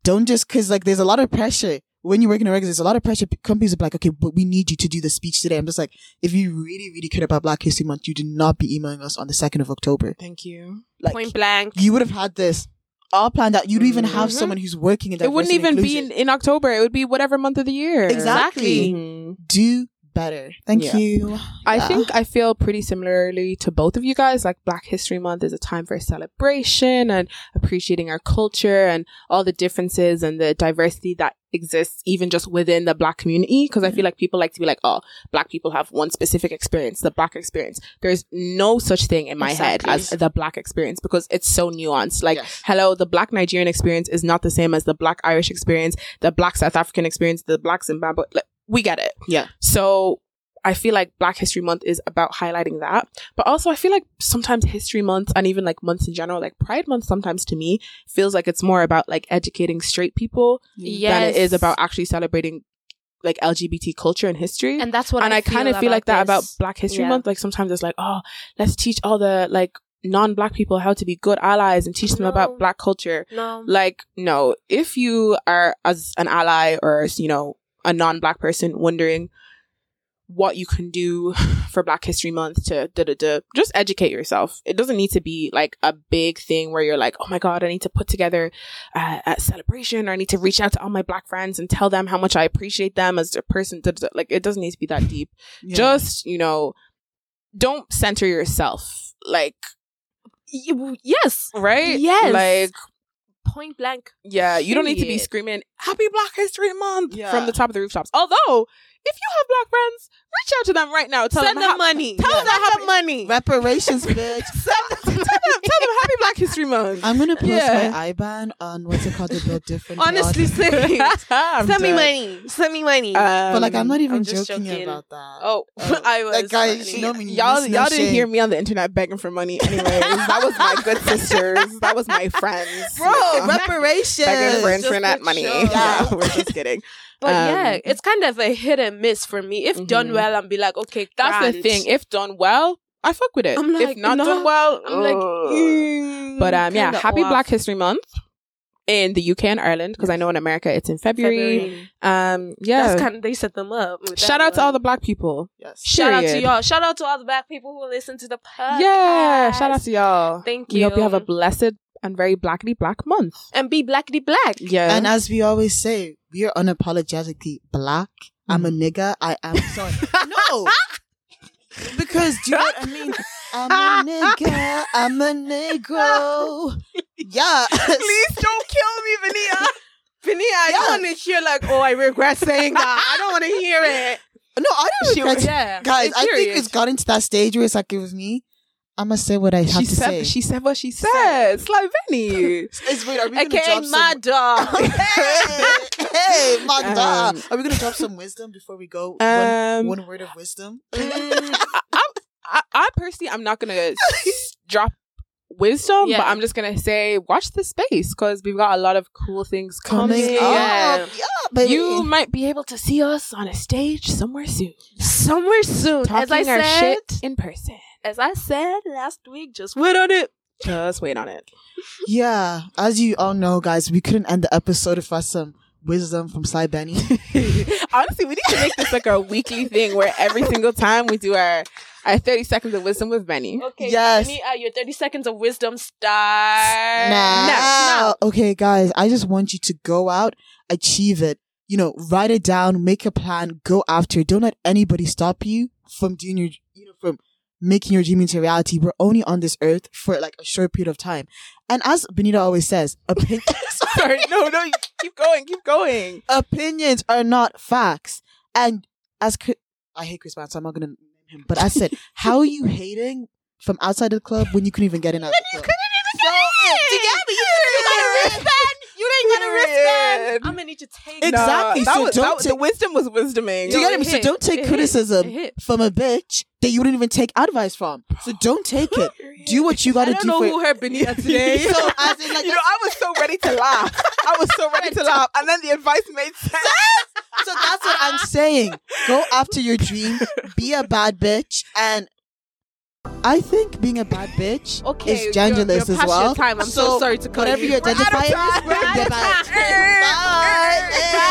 Don't just, cause like there's a lot of pressure when you work in a record, there's a lot of pressure. Companies are like, okay, but we need you to do the speech today. I'm just like, if you really, really care about Black History Month, you do not be emailing us on the 2nd of October. Thank you. Like, point blank you would have had this all planned out. You'd even have Mhm. someone who's working in that. Mm-hmm. It wouldn't even be in, in October. It would be whatever month of the year. Exactly. Mhm. do better. Thank Yeah. you. I Yeah. think I feel pretty similarly to both of you guys. Like Black History Month is a time for celebration and appreciating our culture and all the differences and the diversity that exists even just within the black community. Cause I feel like people like to be like, oh, black people have one specific experience, the black experience. There's no such thing in my Exactly. head as the black experience because it's so nuanced. Like, Yes. hello, the black Nigerian experience is not the same as the black Irish experience, the black South African experience, the black Zimbabwe. Like, we get it. Yeah. So I feel like Black History Month is about highlighting that. But also I feel like sometimes History Month and even like months in general, like Pride Month sometimes to me feels like it's more about like educating straight people yes. than it is about actually celebrating like LGBT culture and history. And, and that's what I, kind of feel like that about this. Black History Yeah. Month. Like sometimes it's like, oh, let's teach all the like non-black people how to be good allies and teach them No. about black culture no like no if you are as an ally or as you know a non-black person wondering what you can do for black history month to da da da just educate yourself it doesn't need to be like a big thing where you're like oh my god i need to put together uh, a celebration or i need to reach out to all my black friends and tell them how much i appreciate them as a person da, da, da. like it doesn't need to be that deep Yeah. just you know don't center yourself like Y- yes right Yes. like point blank yeah, you don't need to be Period. screaming "Happy Black History Month" Yeah. from the top of the rooftops. Although, if you have black friends, reach out to them right now. Tell send them, them ha- money Tell them send how- them money reparations, bitch. send them- tell them, tell them "Happy Black History Month." I'm gonna post Yeah. my IBAN on what's it called, the Build Different. honestly blog. send me I'm Um, send me dead. money send me money but like I'm not even I'm joking, just joking. about that. Oh, Oh, I was. that guy, funny. she know me, y'all, miss no y'all didn't shame. hear me on the internet begging for money. Anyways, that was my good sisters. That was my friends. Yeah. reparations. begging for Just internet for money. sure. Yeah, we're just kidding. but um, yeah it's kind of a hit and miss for me if done Mhm. well and be like okay That's the grand. thing. If done well, I fuck with it. I'm if like, not no. done well, I'm like ugh. mm, But um, yeah, kinda happy off. Black History Month in the UK and Ireland because I know in America it's in February. February. Um, yeah. that's kind of they set them up with Shout that out to one. all the black people. Yes. shout out to period. y'all shout out to all the black people who listen to the podcast Yeah, shout out to y'all. thank We you hope you have a blessed and very blackity black month. and be blackity black Yeah, And as we always say, we are Mm. unapologetically black. I'm a nigga. I am sorry. No. Because do you know what I mean? I'm a nigga. I'm a negro. Yeah. Please don't kill me, Vania. Vania, I Yeah. don't want to hear like, oh, I regret saying that. I don't want to hear it. No, I don't She regret was- yeah. Guys, I think Period. it's gotten to that stage where it's like it was me. I'm gonna say what I have she to said, say. she said what she said. Like Vinny. It's wait, are we gonna Okay, drop some? my dog. hey, hey, my Um, dog. Are we gonna drop some wisdom before we go? One- um, one word of wisdom. I, I'm- I, I personally, I'm not gonna s- drop wisdom, Yeah. but I'm just gonna say, watch the space because we've got a lot of cool things coming. Coming up. yeah. up. Oh, Yeah, baby. You might be able to see us on a stage somewhere soon, Somewhere soon. as talking I our said, shit in person. as I said last week, just wait on it. Just wait on it. yeah. As you all know, guys, we couldn't end the episode without some wisdom from Sly Benny. Honestly, we need to make this like a weekly thing where every single time we do our our 30 seconds of wisdom with Benny. Okay, Yes. Benny, uh, your 30 seconds of wisdom start now. Okay, guys, I just want you to go out, achieve it. You know, write it down, make a plan, go after it. Don't let anybody stop you from doing your, you know, from making your dream into reality. We're only on this earth for like a short period of time. And as Benita always says, opinions, Sorry, no, no, you- keep going, keep going. opinions are not facts. And as Chri- I hate Chris Brown, so I'm not gonna name him. But I said, how are you hating from outside the club when you couldn't even get in? At the club? Together, you didn't get a wristband. You didn't get a wristband. Period. I'm gonna need to take Ex- that. Exactly, That so was, that, don't the take- wisdom eh? was wisdoming. Do you No, get it me? So hit. don't take It hit. criticism It hit. from a bitch that you didn't even take advice from. So don't take it. Do what you I gotta don't do. know for who hurt Benita today. So as in like you know, I was so ready to laugh. I was so ready to laugh, and then the advice made sense. so that's what I'm saying. Go after your dream. Be a bad bitch, and I think being a bad bitch Okay, is genderless you're, you're as well. Time. I'm so, sorry to cut whatever you. you identify We're as, out of we're time. identified. Bye.